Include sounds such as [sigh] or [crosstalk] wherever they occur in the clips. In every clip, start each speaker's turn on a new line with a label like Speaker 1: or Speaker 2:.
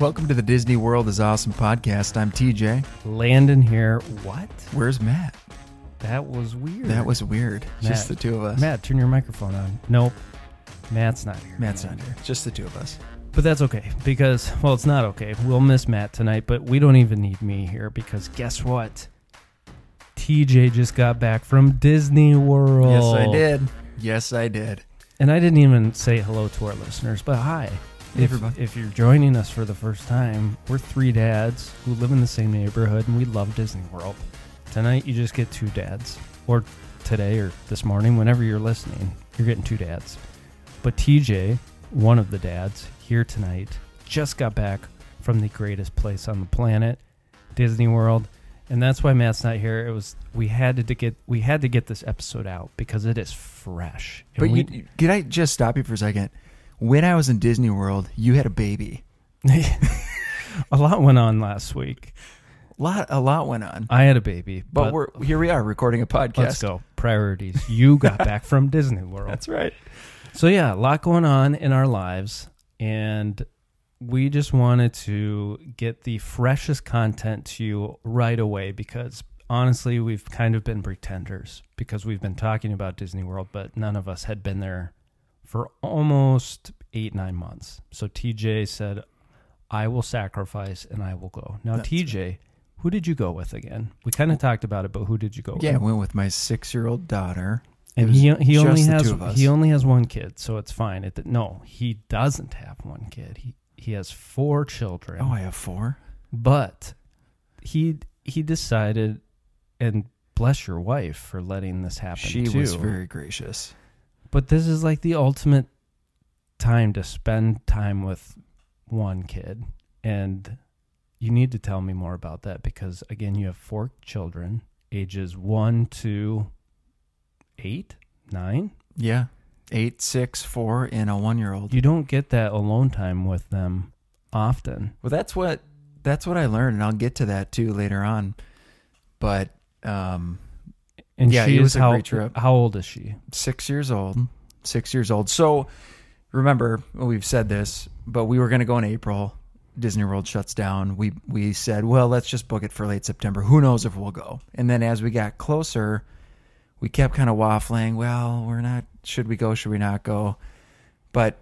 Speaker 1: Welcome to the Disney World is Awesome podcast. I'm TJ.
Speaker 2: Landon here. What?
Speaker 1: Where's Matt?
Speaker 2: That was weird.
Speaker 1: That was weird. Just the
Speaker 2: Matt.
Speaker 1: two of us.
Speaker 2: Matt, turn your microphone on. Nope. Matt's not here.
Speaker 1: Matt's not here. Just the two of us.
Speaker 2: But that's okay because, well, it's not okay. We'll miss Matt tonight, but we don't even need me here because guess what? TJ just got back from Disney World.
Speaker 1: Yes, I did. Yes, I did.
Speaker 2: And I didn't even say hello to our listeners, but hi.
Speaker 1: Hey,
Speaker 2: If-
Speaker 1: everybody.
Speaker 2: if you're joining us for the first time, we're three dads who live in the same neighborhood and we love Disney World. Tonight, you just get two dads, or today, or this morning, whenever you're listening, you're getting two dads. But TJ, one of the dads here tonight, just got back from the greatest place on the planet, Disney World, and that's why Matt's not here. It was we had to get we had to get this episode out because it is fresh. And
Speaker 1: But
Speaker 2: we,
Speaker 1: you, could I just stop you for a second? When I was in Disney World, you had a baby.
Speaker 2: [laughs] a lot went on last week.
Speaker 1: A lot, a lot went on.
Speaker 2: I had a baby,
Speaker 1: But,
Speaker 2: but,
Speaker 1: we're here. We are recording a podcast.
Speaker 2: let's go priorities. You got back from Disney World,
Speaker 1: That's right.
Speaker 2: so yeah, a lot going on in our lives, and we just wanted to get the freshest content to you right away because honestly, we've kind of been pretenders because we've been talking about Disney World, but none of us had been there for almost eight nine months. So TJ said, "I will sacrifice and I will go." Now,
Speaker 1: That's
Speaker 2: TJ. Who did you go with again? We kind of talked about it, but who did you go with?
Speaker 1: Yeah, I went with my six-year-old daughter. It
Speaker 2: And
Speaker 1: was
Speaker 2: he he
Speaker 1: just
Speaker 2: only
Speaker 1: the
Speaker 2: has
Speaker 1: two of us.
Speaker 2: he only has one kid, so it's fine. It, no, he doesn't have one kid. He he has four children.
Speaker 1: Oh, I have four.
Speaker 2: But he he decided, and bless your wife for letting this happen.
Speaker 1: She
Speaker 2: too.
Speaker 1: was very gracious.
Speaker 2: But this is like the ultimate time to spend time with one kid, and you need to tell me more about that because again, you have four children, ages one to eight, nine.
Speaker 1: Yeah, eight, six, four, and a one-year-old.
Speaker 2: you don't get that alone time with them often.
Speaker 1: Well, that's what that's what I learned, and I'll get to that too later on. But um,
Speaker 2: And
Speaker 1: Yeah,
Speaker 2: she
Speaker 1: it
Speaker 2: is
Speaker 1: was a
Speaker 2: how
Speaker 1: great trip.
Speaker 2: how old is she?
Speaker 1: six years old, six years old. So remember, we've said this, but we were going to go in April. Disney World shuts down. We we said, well, let's just book it for late September. Who knows if we'll go? And then as we got closer, we kept kind of waffling. Well, we're not. Should we go? Should we not go? But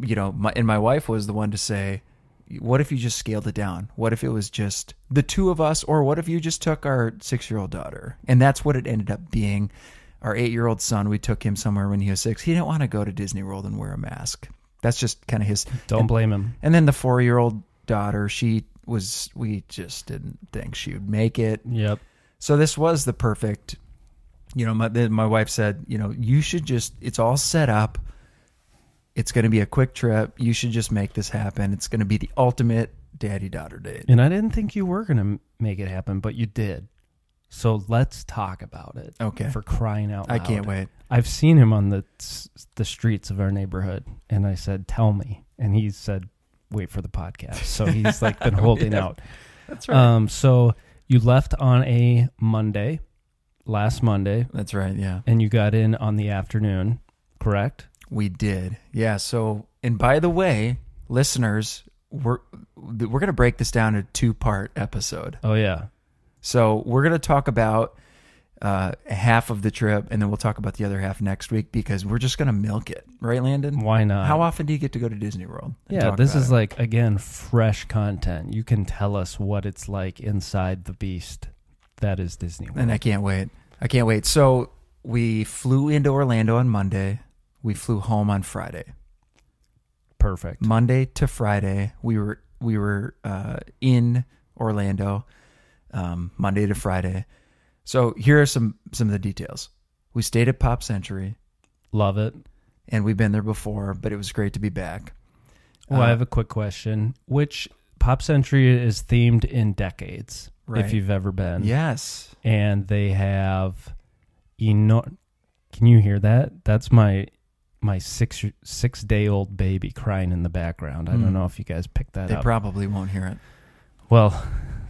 Speaker 1: you know, my, and my wife was the one to say, "What if you just scaled it down? What if it was just the two of us, or what if you just took our six-year-old daughter?" And that's what it ended up being. Our eight-year-old son, we took him somewhere when he was six. He didn't want to go to Disney World and wear a mask. That's just kind of his.
Speaker 2: Don't blame him.
Speaker 1: And then the four-year-old daughter, she was. We just didn't think she would make it.
Speaker 2: Yep.
Speaker 1: So this was the perfect. You know, my then my wife said, you know, you should just. It's all set up. It's going to be a quick trip. You should just make this happen. It's going to be the ultimate daddy daughter date.
Speaker 2: And I didn't think you were going to make it happen, but you did. So let's talk about it.
Speaker 1: Okay.
Speaker 2: For crying out
Speaker 1: I
Speaker 2: loud.
Speaker 1: can't wait.
Speaker 2: I've seen him on the s- the streets of our neighborhood and I said, "Tell me." And he said, "Wait for the podcast." So he's like
Speaker 1: [laughs]
Speaker 2: been holding
Speaker 1: Oh, Yeah.
Speaker 2: out.
Speaker 1: That's
Speaker 2: Um so you left on a Monday, last Monday,
Speaker 1: That's right. Yeah,
Speaker 2: and you got in on the afternoon, correct?
Speaker 1: we did. Yeah. So, and by the way, listeners, we're we're going to break this down into two part episode.
Speaker 2: Oh yeah.
Speaker 1: So we're going to talk about uh, half of the trip, and then we'll talk about the other half next week because we're just going to milk it, right, Landon?
Speaker 2: Why not?
Speaker 1: How often do you get to go to Disney World? and
Speaker 2: yeah,
Speaker 1: talk
Speaker 2: this
Speaker 1: about
Speaker 2: is
Speaker 1: it?
Speaker 2: like again fresh content. You can tell us what it's like inside the beast that is Disney World.
Speaker 1: and I can't wait. I can't wait. So we flew into Orlando on Monday. We flew home on Friday.
Speaker 2: Perfect.
Speaker 1: Monday to Friday, we were we were uh, in Orlando, um, Monday to Friday. So here are some some of the details. We stayed at Pop Century,
Speaker 2: Love it.
Speaker 1: and we've been there before, but it was great to be back.
Speaker 2: Well,
Speaker 1: Uh,
Speaker 2: I have a quick question. Which Pop Century is themed in decades,
Speaker 1: Right.
Speaker 2: if you've ever been.
Speaker 1: Yes.
Speaker 2: And they have eno- Can you hear that? That's my my six six day old baby crying in the background. I
Speaker 1: Hmm.
Speaker 2: don't know if you guys picked that
Speaker 1: They
Speaker 2: up.
Speaker 1: probably won't hear it.
Speaker 2: well,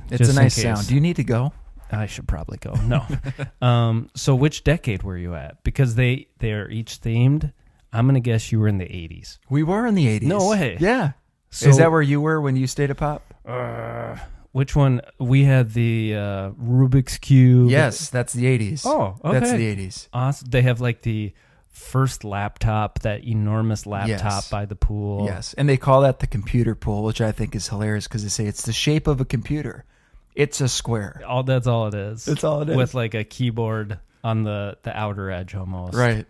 Speaker 1: It's
Speaker 2: Just
Speaker 1: a
Speaker 2: in
Speaker 1: nice
Speaker 2: case.
Speaker 1: sound. Do you need to go?
Speaker 2: I should probably go. No. um, so which decade were you at? Because they they are each themed. I'm gonna guess you were in the 80s.
Speaker 1: We were in the 80s.
Speaker 2: No way.
Speaker 1: Yeah.
Speaker 2: So,
Speaker 1: Is that where you were when you stayed at Pop?
Speaker 2: uh, which one? We had the uh, Rubik's Cube.
Speaker 1: Yes, that's the 80s.
Speaker 2: Oh, okay.
Speaker 1: That's the 80s.
Speaker 2: awesome. They have like the first laptop, that enormous laptop
Speaker 1: Yes.
Speaker 2: by the pool.
Speaker 1: Yes. And they call that the computer pool, which I think is hilarious because they say it's the shape of a computer. It's a square.
Speaker 2: All that's all it is.
Speaker 1: That's all it is.
Speaker 2: With like a keyboard on the the outer edge almost.
Speaker 1: Right.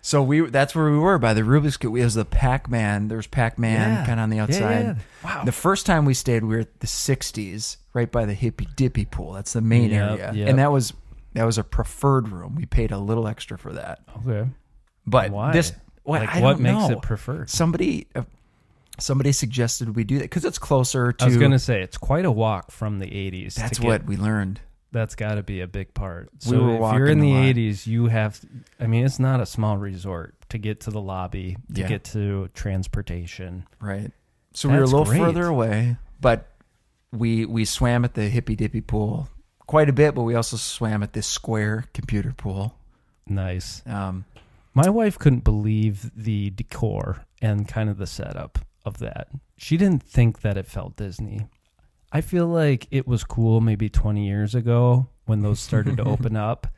Speaker 1: So we that's where we were by the Rubik's Cube. It was the Pac Man. There's Pac Man
Speaker 2: Yeah.
Speaker 1: kind of on the
Speaker 2: Yeah,
Speaker 1: outside.
Speaker 2: yeah. Wow.
Speaker 1: The first time we stayed, we were at the 60s, right by the Hippy Dippy pool. That's the main
Speaker 2: Yep,
Speaker 1: area,
Speaker 2: yep.
Speaker 1: and that was that was a preferred room. We paid a little extra for that.
Speaker 2: Okay.
Speaker 1: But
Speaker 2: Why?
Speaker 1: this, what,
Speaker 2: like
Speaker 1: I
Speaker 2: what
Speaker 1: don't
Speaker 2: makes
Speaker 1: know.
Speaker 2: it preferred?
Speaker 1: Somebody, uh, somebody suggested we do that because it's closer to.
Speaker 2: I was gonna say it's quite a walk from the 80s. to
Speaker 1: that's
Speaker 2: get-
Speaker 1: what we learned.
Speaker 2: that's got to be a big part. So
Speaker 1: We were
Speaker 2: if you're in
Speaker 1: walking
Speaker 2: the
Speaker 1: a lot.
Speaker 2: 80s, you have. I mean, it's not a small resort to get to the lobby, to
Speaker 1: Yeah.
Speaker 2: get to transportation.
Speaker 1: Right. So we were a
Speaker 2: That's
Speaker 1: little
Speaker 2: great.
Speaker 1: further away, but we we swam at the hippy dippy pool quite a bit, but we also swam at this square computer pool.
Speaker 2: Nice.
Speaker 1: Um,
Speaker 2: My wife couldn't believe the decor and kind of the setup of that. She didn't think that it felt Disney. I feel like it was cool maybe 20 years ago when those
Speaker 1: [laughs]
Speaker 2: started to open up.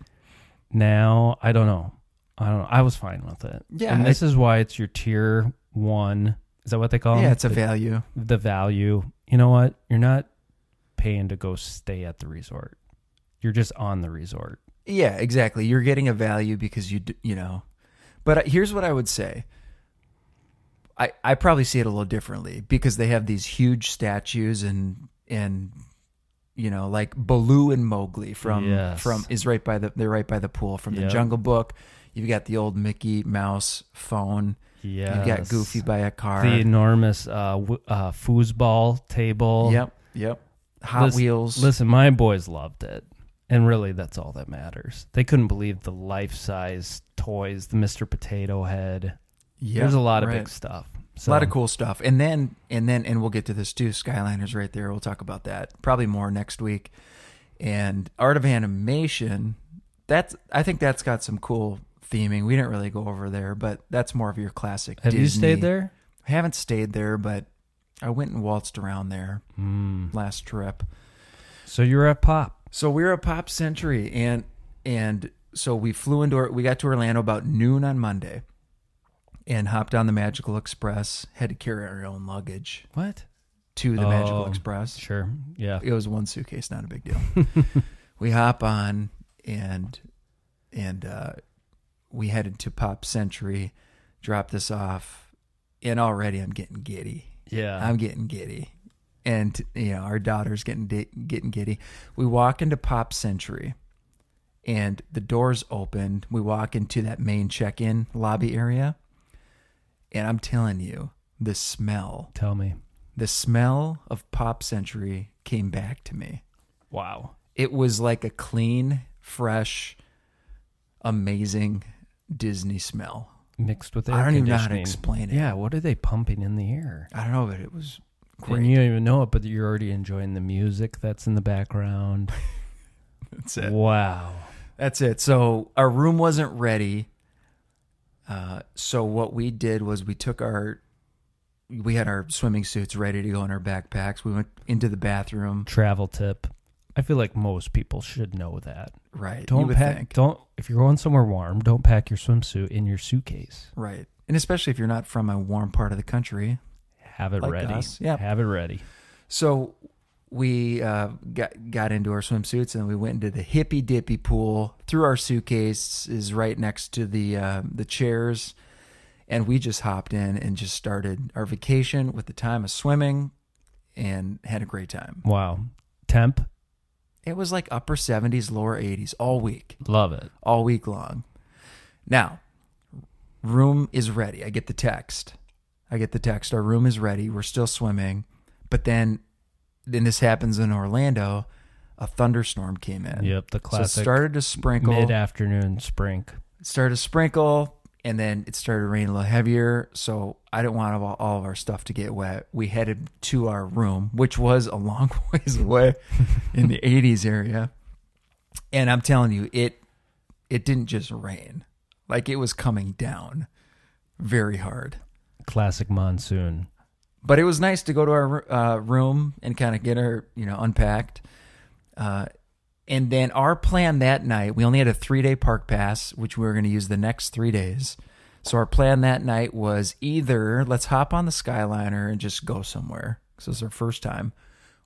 Speaker 2: Now, I don't know. I don't know. I was fine with it.
Speaker 1: Yeah,
Speaker 2: And this is why it's your tier one. Is that what they call it?
Speaker 1: yeah, it's a
Speaker 2: The-
Speaker 1: value.
Speaker 2: the value. You know what? You're not paying to go stay at the resort. You're just on the resort.
Speaker 1: Yeah, exactly. You're getting a value because you d- you know. But uh, here's what I would say. I I probably see it a little differently because they have these huge statues and and you know like Baloo and Mowgli from
Speaker 2: Yes.
Speaker 1: from is right by the they're right by the pool from
Speaker 2: Yep.
Speaker 1: the Jungle Book. You've got the old Mickey Mouse phone.
Speaker 2: Yeah.
Speaker 1: You've got Goofy by a car.
Speaker 2: The enormous uh, w- uh, foosball table.
Speaker 1: yep, yep. Hot
Speaker 2: Listen-
Speaker 1: Wheels.
Speaker 2: Listen, my boys loved it. And really, that's all that matters. They couldn't believe the life size toys, the Mr. Potato Head.
Speaker 1: Yep,
Speaker 2: There's a lot of
Speaker 1: right.
Speaker 2: big stuff.
Speaker 1: A lot of cool stuff. And then and then and we'll get to this too. Skyliners right there. We'll talk about that. Probably more next week. And Art of Animation, that's I think that's got some cool theming. We didn't really go over there, but that's more of your classic
Speaker 2: Have you
Speaker 1: Disney.
Speaker 2: stayed there?
Speaker 1: I haven't stayed there, but I went and waltzed around there
Speaker 2: Hmm.
Speaker 1: last trip.
Speaker 2: So you're at Pop.
Speaker 1: So we were a pop century, and and so we flew into we got to Orlando about noon on Monday, and hopped on the Magical Express. Had to carry our own luggage
Speaker 2: What?
Speaker 1: to the Magical
Speaker 2: Oh,
Speaker 1: Express.
Speaker 2: Sure. Yeah.
Speaker 1: It was one suitcase, not a big deal.
Speaker 2: [laughs]
Speaker 1: we hop on and and uh, we headed to Pop Century, drop this off, and already I'm getting giddy.
Speaker 2: Yeah.
Speaker 1: I'm getting giddy, and you know our daughter's getting di- getting giddy. We walk into Pop Century, and the doors opened. We walk into that main check-in lobby area, and I'm telling you, the smell,
Speaker 2: Tell me.
Speaker 1: the smell of Pop Century came back to me.
Speaker 2: Wow.
Speaker 1: It was like a clean, fresh, amazing Disney smell.
Speaker 2: mixed with air
Speaker 1: I don't even know how to
Speaker 2: conditioning.
Speaker 1: explain it.
Speaker 2: Yeah, what are they pumping in the air?
Speaker 1: I don't know, but it was
Speaker 2: And
Speaker 1: great.
Speaker 2: you don't even know it, but you're already enjoying the music that's in the background.
Speaker 1: That's
Speaker 2: wow.
Speaker 1: That's it. So our room wasn't ready. Uh, so what we did was we took our, we had our swimming suits ready to go in our backpacks. We went into the bathroom.
Speaker 2: Travel tip. I feel like most people should know that.
Speaker 1: Right. you
Speaker 2: Don't
Speaker 1: would
Speaker 2: pack
Speaker 1: think.
Speaker 2: don't if you're going somewhere warm, don't pack your swimsuit in your suitcase.
Speaker 1: Right. And especially if you're not from a warm part of the country.
Speaker 2: Have it
Speaker 1: Like
Speaker 2: ready.
Speaker 1: us, yeah.
Speaker 2: Have it ready.
Speaker 1: So we uh, got got into our swimsuits and we went into the hippy dippy pool. Threw our suitcases right next to the uh, the chairs, and we just hopped in and just started our vacation with the time of swimming, and had a great time.
Speaker 2: Wow. Temp,
Speaker 1: It was like upper seventies, lower eighties all week,
Speaker 2: love it.
Speaker 1: all week long. Now, room is ready. I get the text. I get the text. Our room is ready. We're still swimming, but then then this happens in Orlando. A thunderstorm came in.
Speaker 2: Yep, the
Speaker 1: So it
Speaker 2: classic
Speaker 1: started to sprinkle.
Speaker 2: mid afternoon sprink.
Speaker 1: it started to sprinkle, and then it started raining a little heavier. So I didn't want all, all of our stuff to get wet. We headed to our room, which was a long [laughs] ways away in the 80s area. And I'm telling you, it it didn't just rain. Like it was coming down very hard.
Speaker 2: Classic monsoon.
Speaker 1: But it was nice to go to our uh, room and kind of get her, you know, unpacked. Uh, and then our plan that night, we only had a three day park pass, which we were going to use the next three days. So our plan that night was either let's hop on the Skyliner and just go somewhere because it was our first time,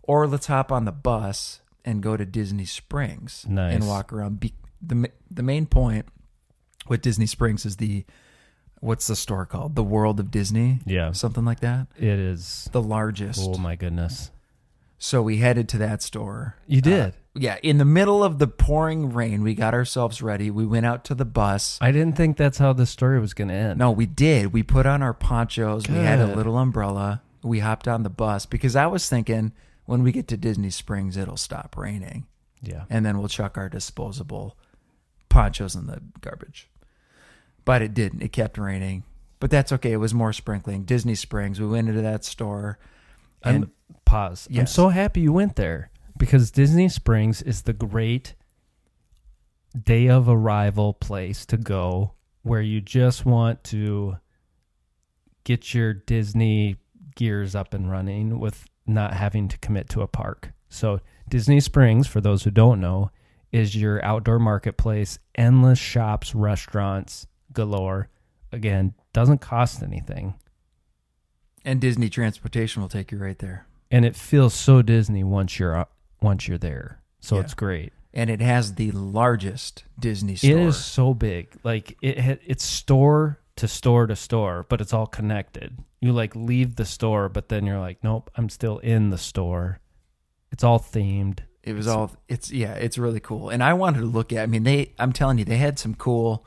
Speaker 1: or let's hop on the bus and go to Disney Springs
Speaker 2: Nice.
Speaker 1: and walk around. Be- the ma- the main point with Disney Springs is the what's the store called? The World of Disney,
Speaker 2: Yeah.
Speaker 1: something like that.
Speaker 2: It is.
Speaker 1: The largest.
Speaker 2: Oh my goodness.
Speaker 1: So we headed to that store.
Speaker 2: You did.
Speaker 1: Yeah, in the middle of the pouring rain, we got ourselves ready. We went out to the bus.
Speaker 2: I didn't think that's how the story was going to end.
Speaker 1: No, we did. We put on our ponchos. We had a
Speaker 2: Good.
Speaker 1: little umbrella. We hopped on the bus because I was thinking when we get to Disney Springs, it'll stop raining
Speaker 2: Yeah.
Speaker 1: and then we'll chuck our disposable ponchos in the garbage. But it didn't. It kept raining. But that's okay. It was more sprinkling. Disney Springs. We went into that store. And
Speaker 2: I'm, pause. I'm
Speaker 1: Yes.
Speaker 2: so happy you went there because Disney Springs is the great day of arrival place to go where you just want to get your Disney gears up and running with not having to commit to a park. So, Disney Springs, for those who don't know, is your outdoor marketplace, endless shops, restaurants galore. Again, doesn't cost anything.
Speaker 1: and Disney transportation will take you right there.
Speaker 2: and it feels so Disney once you're up- once you're there. So
Speaker 1: Yeah.
Speaker 2: it's great.
Speaker 1: and it has the largest Disney store.
Speaker 2: It is so big. Like it ha- it's store to store to store, but it's all connected. You like leave the store, but then you're like, nope, I'm still in the store. It's all themed.
Speaker 1: It was all. It's yeah. It's really cool, and I wanted to look at. I mean, they. I'm telling you, they had some cool,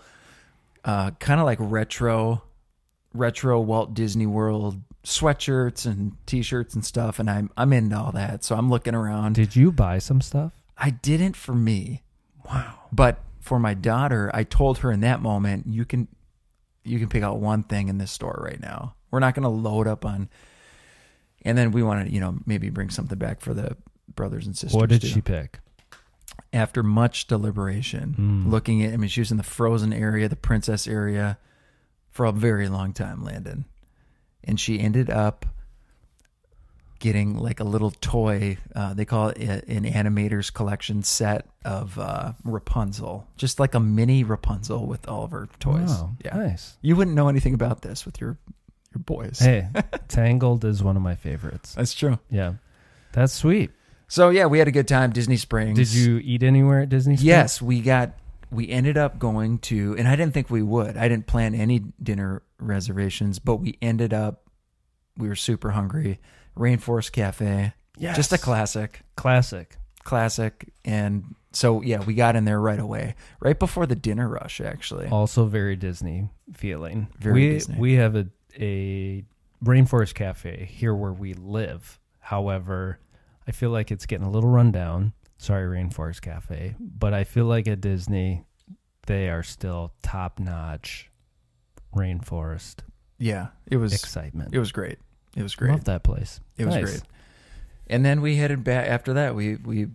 Speaker 1: uh, kind of like retro, retro Walt Disney World sweatshirts and T-shirts and stuff, and I'm I'm into all that. So I'm looking around.
Speaker 2: Did you buy some stuff?
Speaker 1: I didn't for me. Wow. But for my daughter, I told her in that moment, you can you can pick out one thing in this store right now. We're not going to load up on and then we want to, you know, maybe bring something back for the brothers and sisters.
Speaker 2: What did
Speaker 1: too.
Speaker 2: she pick?
Speaker 1: After much deliberation,
Speaker 2: Hmm.
Speaker 1: looking at I mean she was in the frozen area, the princess area for a very long time, Landon. And she ended up getting like a little toy. Uh, they call it a- an animators collection set of uh, Rapunzel, just like a mini Rapunzel with all of her toys.
Speaker 2: Wow,
Speaker 1: yeah,
Speaker 2: Oh,
Speaker 1: [laughs]
Speaker 2: nice.
Speaker 1: you wouldn't know anything about this with your your boys.
Speaker 2: Hey, Tangled is one of my favorites.
Speaker 1: That's true.
Speaker 2: Yeah, that's sweet.
Speaker 1: So yeah, we had a good time. Disney Springs.
Speaker 2: Did you eat anywhere at Disney? Springs?
Speaker 1: Yes, we got. We ended up going to, and I didn't think we would. I didn't plan any dinner reservations, but we ended up. We were super hungry. Rainforest Cafe,
Speaker 2: Yes.
Speaker 1: just a classic.
Speaker 2: classic.
Speaker 1: classic and so yeah we got in there right away right before the dinner rush actually
Speaker 2: also very Disney feeling.
Speaker 1: Very
Speaker 2: we,
Speaker 1: Disney.
Speaker 2: We have a a rainforest cafe here where we live. However, I feel like it's getting a little rundown. Sorry, Rainforest Cafe, but I feel like at Disney, they are still top notch. Rainforest
Speaker 1: yeah it was
Speaker 2: excitement.
Speaker 1: it was great it was great
Speaker 2: Love that place.
Speaker 1: it was
Speaker 2: Nice.
Speaker 1: great and then we headed back after that we we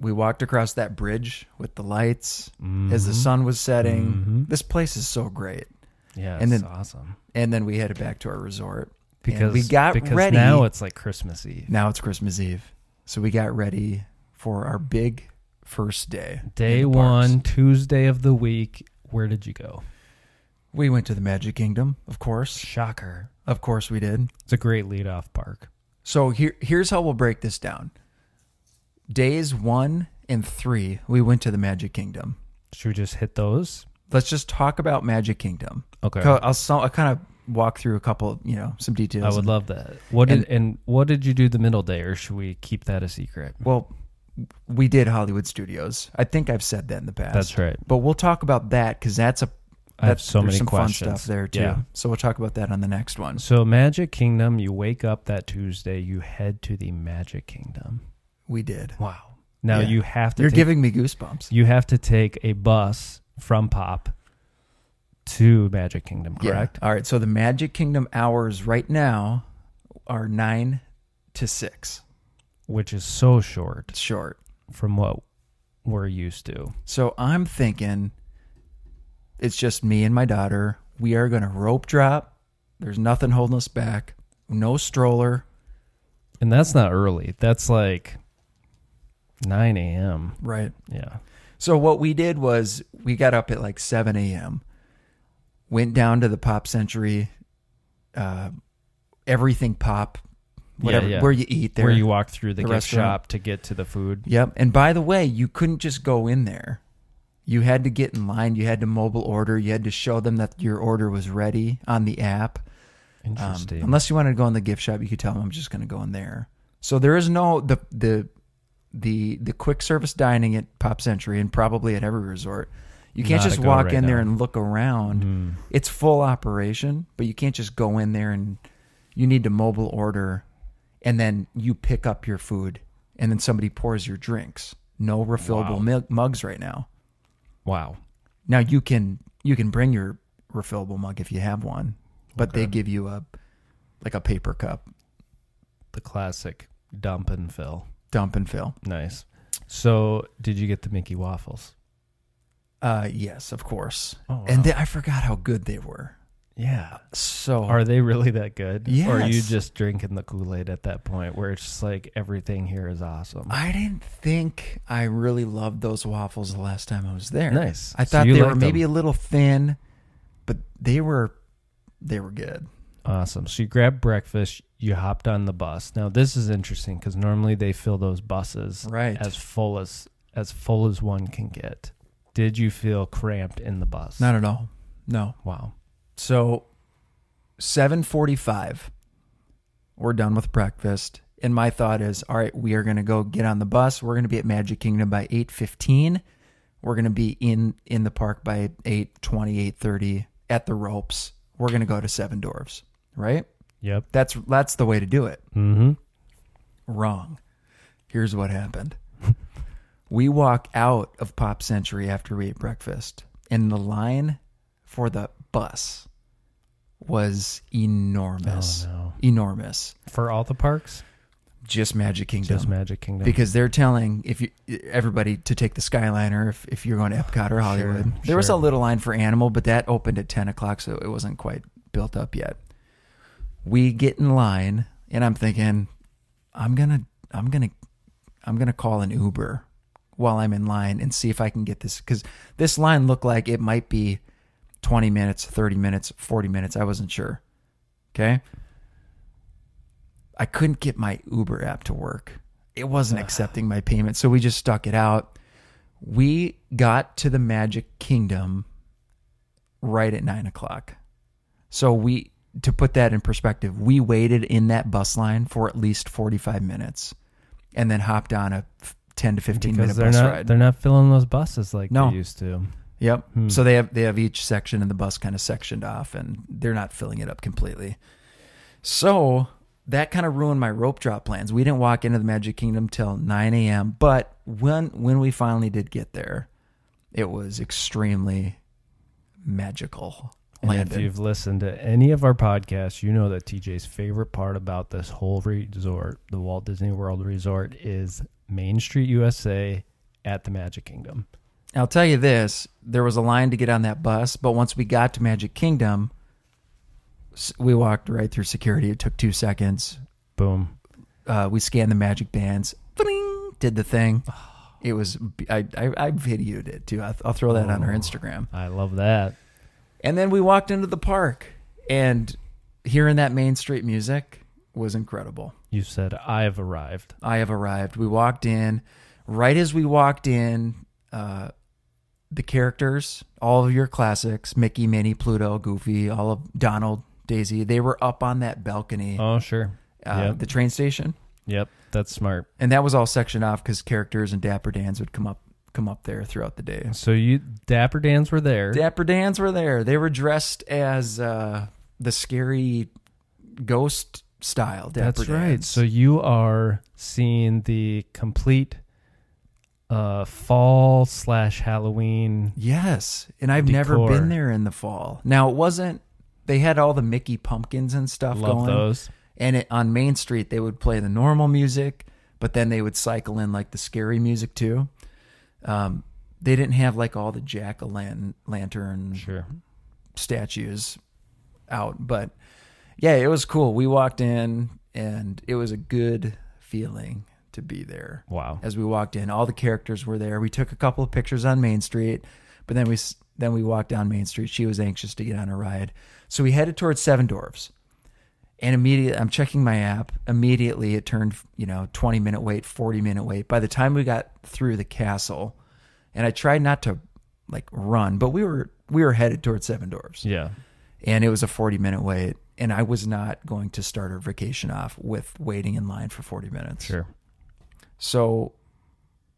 Speaker 1: we walked across that bridge with the lights
Speaker 2: Mm-hmm.
Speaker 1: as the sun was setting
Speaker 2: Mhm.
Speaker 1: this place is so great
Speaker 2: Yeah,
Speaker 1: and
Speaker 2: and
Speaker 1: then-
Speaker 2: it's awesome
Speaker 1: and then we headed back to our resort And
Speaker 2: because
Speaker 1: we got
Speaker 2: because
Speaker 1: ready
Speaker 2: now it's like Christmas Eve,
Speaker 1: now it's christmas eve so we got ready for our big first day in
Speaker 2: day
Speaker 1: the parks.
Speaker 2: one, Tuesday of the week. Where did you go?
Speaker 1: we went to the magic kingdom of course
Speaker 2: Shocker!
Speaker 1: of course we did
Speaker 2: It's a great leadoff park.
Speaker 1: So here, here's how we'll break this down. Days one and three, we went to the Magic Kingdom.
Speaker 2: Should we just hit those?
Speaker 1: Let's just talk about Magic Kingdom.
Speaker 2: Okay.
Speaker 1: Co- I'll, so- I'll kind of walk through a couple, you know, some details.
Speaker 2: I would
Speaker 1: and-
Speaker 2: love that. What
Speaker 1: And-
Speaker 2: did and what did you do the middle day, or should we keep that a secret?
Speaker 1: well, we did Hollywood Studios. I think I've said that in the past.
Speaker 2: That's right.
Speaker 1: But we'll talk about that because that's a
Speaker 2: I have
Speaker 1: that's-
Speaker 2: so
Speaker 1: there's
Speaker 2: many
Speaker 1: some
Speaker 2: questions.
Speaker 1: fun stuff there too.
Speaker 2: Yeah.
Speaker 1: So we'll talk about that on the next one.
Speaker 2: So Magic Kingdom, you wake up that Tuesday, you head to the Magic Kingdom.
Speaker 1: We did.
Speaker 2: Wow. Now
Speaker 1: Yeah.
Speaker 2: you have to
Speaker 1: You're
Speaker 2: take,
Speaker 1: giving me goosebumps.
Speaker 2: you have to take a bus from Pop to Magic Kingdom,
Speaker 1: Yeah.
Speaker 2: correct?
Speaker 1: All right. So the Magic Kingdom hours right now are nine to six.
Speaker 2: Which is so short
Speaker 1: It's short.
Speaker 2: from what we're used to.
Speaker 1: So I'm thinking it's just me and my daughter. We are going to rope drop. There's nothing holding us back. no stroller.
Speaker 2: And that's not early. That's like 9 a.m.
Speaker 1: Right.
Speaker 2: Yeah.
Speaker 1: So what we did was we got up at like 7 a.m., went down to the Pop Century, uh, everything pop, whatever
Speaker 2: yeah.
Speaker 1: where you eat there.
Speaker 2: Where you walk through the,
Speaker 1: the
Speaker 2: gift
Speaker 1: restaurant.
Speaker 2: shop to get to the food.
Speaker 1: Yep. And by the way, you couldn't just go in there. You had to get in line. You had to mobile order. You had to show them that your order was ready on the app. Um,
Speaker 2: Interesting.
Speaker 1: unless you wanted to go in the gift shop, you could tell them I'm just going to go in there. So there is no the the the the quick service dining at Pop Century and probably at every resort. You can't
Speaker 2: Not a
Speaker 1: just
Speaker 2: go
Speaker 1: walk
Speaker 2: right
Speaker 1: in there
Speaker 2: now. Mm-hmm.
Speaker 1: and look around.
Speaker 2: Hmm.
Speaker 1: It's full operation, but you can't just go in there and you need to mobile order and then you pick up your food and then somebody pours your drinks. No refillable
Speaker 2: Wow.
Speaker 1: mil- mugs right now.
Speaker 2: wow.
Speaker 1: Now you can you can bring your refillable mug if you have one, but they give you a like a paper cup
Speaker 2: The classic dump and fill.
Speaker 1: dump and fill.
Speaker 2: Nice. So, did you get the Mickey waffles?
Speaker 1: Uh, yes, of course.
Speaker 2: Oh, wow.
Speaker 1: And they, I forgot how good they were.
Speaker 2: Yeah.
Speaker 1: So
Speaker 2: Are they really that good? Or are you
Speaker 1: Yes.
Speaker 2: just drinking the Kool Aid at that point where it's just like everything here is awesome?
Speaker 1: I didn't think I really loved those waffles the last time I was there.
Speaker 2: Nice.
Speaker 1: I
Speaker 2: So
Speaker 1: thought
Speaker 2: you
Speaker 1: they were
Speaker 2: liked
Speaker 1: maybe a little thin, but they were they were good.
Speaker 2: Awesome. So you grabbed breakfast, you hopped on the bus. Now this is interesting because normally they fill those buses
Speaker 1: Right.
Speaker 2: as full as as full as one can get. Did you feel cramped in the bus?
Speaker 1: Not at all. No.
Speaker 2: wow.
Speaker 1: So 7:45 we're done with breakfast and my thought is all right we are going to go get on the bus we're going to be at Magic Kingdom by 8:15 we're going to be in in the park by 8:20 8:30 at the ropes we're going to go to Seven Dwarfs right
Speaker 2: Yep.
Speaker 1: that's that's the way to do it
Speaker 2: Mm-hmm.
Speaker 1: wrong here's what happened [laughs] we walk out of Pop Century after we ate breakfast and the line for the bus was enormous
Speaker 2: Oh,
Speaker 1: enormous.
Speaker 2: For all the parks?
Speaker 1: Just Magic Kingdom.
Speaker 2: Just Magic Kingdom.
Speaker 1: because they're telling if you everybody to take the Skyliner if, if you're going to Epcot or Hollywood. there was a
Speaker 2: sure.
Speaker 1: little line for Animal, but that opened at ten o'clock, so it wasn't quite built up yet. We get in line, and I'm thinking, I'm gonna, I'm gonna, I'm gonna call an Uber while I'm in line and see if I can get this because this line looked like it might be twenty minutes, thirty minutes, forty minutes. I wasn't sure. Okay. I couldn't get my Uber app to work. It wasn't accepting my payment, so we just stuck it out. We got to the Magic Kingdom right at nine o'clock. So we, to put that in perspective, we waited in that bus line for at least forty-five minutes, and then hopped on a f- ten to fifteen
Speaker 2: Because they're
Speaker 1: minute bus
Speaker 2: not
Speaker 1: ride.
Speaker 2: they're not filling those buses like
Speaker 1: No.
Speaker 2: they used to.
Speaker 1: Yep.
Speaker 2: Hmm.
Speaker 1: So they have they have each section in the bus kind of sectioned off, and they're not filling it up completely. So that kind of ruined my rope drop plans. We didn't walk into the Magic Kingdom till nine a.m. But when when we finally did get there, it was extremely magical.
Speaker 2: And if
Speaker 1: Landed.
Speaker 2: you've listened to any of our podcasts, you know that TJ's favorite part about this whole resort, the Walt Disney World Resort, is Main Street USA at the Magic Kingdom.
Speaker 1: I'll tell you this: there was a line to get on that bus, but once we got to Magic Kingdom, s- we walked right through security. It took two seconds.
Speaker 2: Boom.
Speaker 1: uh, we scanned the magic bands, Bling! did the thing. It was I, I I videoed it too. I'll, I'll throw that on our Instagram.
Speaker 2: I love that.
Speaker 1: And then we walked into the park, and hearing that Main Street music was incredible.
Speaker 2: You said I've arrived.
Speaker 1: I have arrived. We walked in. Right as we walked in, uh, the characters, all of your classics, Mickey, Minnie, Pluto, Goofy, all of Donald, Daisy, they were up on that balcony,
Speaker 2: Oh, sure.
Speaker 1: uh,
Speaker 2: yep.
Speaker 1: the train station.
Speaker 2: yep. That's smart.
Speaker 1: and that was all sectioned off because characters and Dapper Dans would come up come up there throughout the day.
Speaker 2: So you Dapper Dans were there.
Speaker 1: Dapper Dans were there. They were dressed as uh, the scary ghost style. Dapper
Speaker 2: That's right.
Speaker 1: Dans.
Speaker 2: So you are seeing the complete uh fall slash Halloween.
Speaker 1: yes, and I've never
Speaker 2: Decor.
Speaker 1: been there in the fall. Now it wasn't. They had all the Mickey pumpkins and stuff
Speaker 2: Love
Speaker 1: going,
Speaker 2: those.
Speaker 1: and it, on Main Street they would play the normal music, but then they would cycle in like the scary music too. Um, they didn't have like all the jack o' lantern
Speaker 2: Sure.
Speaker 1: statues out, but yeah, it was cool. We walked in and it was a good feeling to be there.
Speaker 2: Wow.
Speaker 1: As we walked in, all the characters were there. We took a couple of pictures on Main Street, but then we s- then we walked down Main Street. She was anxious to get on a ride, so we headed towards Seven Dwarfs. And immediately, I'm checking my app. Immediately, it turned you know 20 minute wait, 40 minute wait. By the time we got through the castle, and I tried not to like run, but we were we were headed towards Seven Dwarfs
Speaker 2: Yeah.
Speaker 1: and it was a 40 minute wait and i was not going to start our vacation off with waiting in line for 40 minutes
Speaker 2: Sure.
Speaker 1: so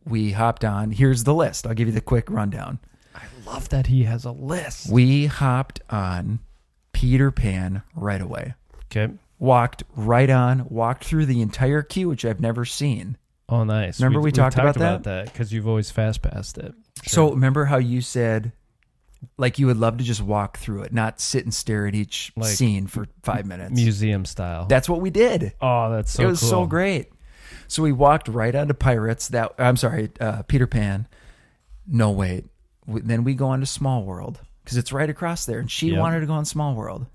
Speaker 1: we hopped on here's the list i'll give you the quick rundown
Speaker 2: I love that he has a list.
Speaker 1: we hopped on peter pan right away
Speaker 2: Okay.
Speaker 1: walked right on walked through the entire queue which i've never seen
Speaker 2: Oh, nice.
Speaker 1: Remember we
Speaker 2: we've
Speaker 1: talked about
Speaker 2: that because you've always fast passed it.
Speaker 1: so remember how you said like you would love to just walk through it not sit and stare at each
Speaker 2: Like,
Speaker 1: scene for five minutes
Speaker 2: Museum style.
Speaker 1: that's what we did
Speaker 2: oh, that's so
Speaker 1: it was so
Speaker 2: cool.
Speaker 1: great. So we walked right onto Pirates. That I'm sorry, uh, Peter Pan. No wait. We, then we go on to Small World because it's right across there, and she
Speaker 2: Yep.
Speaker 1: wanted to go on Small World.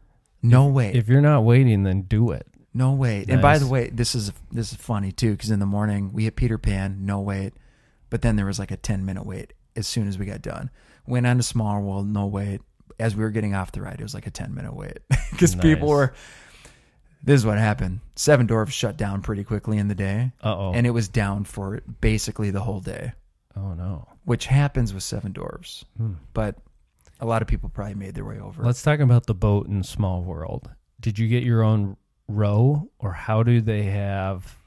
Speaker 1: No wait.
Speaker 2: If you're not waiting, then do it.
Speaker 1: no wait. And by
Speaker 2: Nice.
Speaker 1: the way, this is this is funny too because in the morning we hit Peter Pan. No wait. But then there was like a 10 minute wait as soon as we got done. Went on to Small World. No wait. As we were getting off the ride, it was like a 10 minute wait [laughs] because people
Speaker 2: Nice.
Speaker 1: were. This is what happened. Seven Dwarfs shut down pretty quickly in the day
Speaker 2: Uh oh.
Speaker 1: and it was down for basically the whole day,
Speaker 2: oh no.
Speaker 1: which happens with Seven Dwarfs.
Speaker 2: Hmm.
Speaker 1: But a lot of people probably made their way over.
Speaker 2: Let's talk about the boat in Small World. Did you get your own row, or how do they have?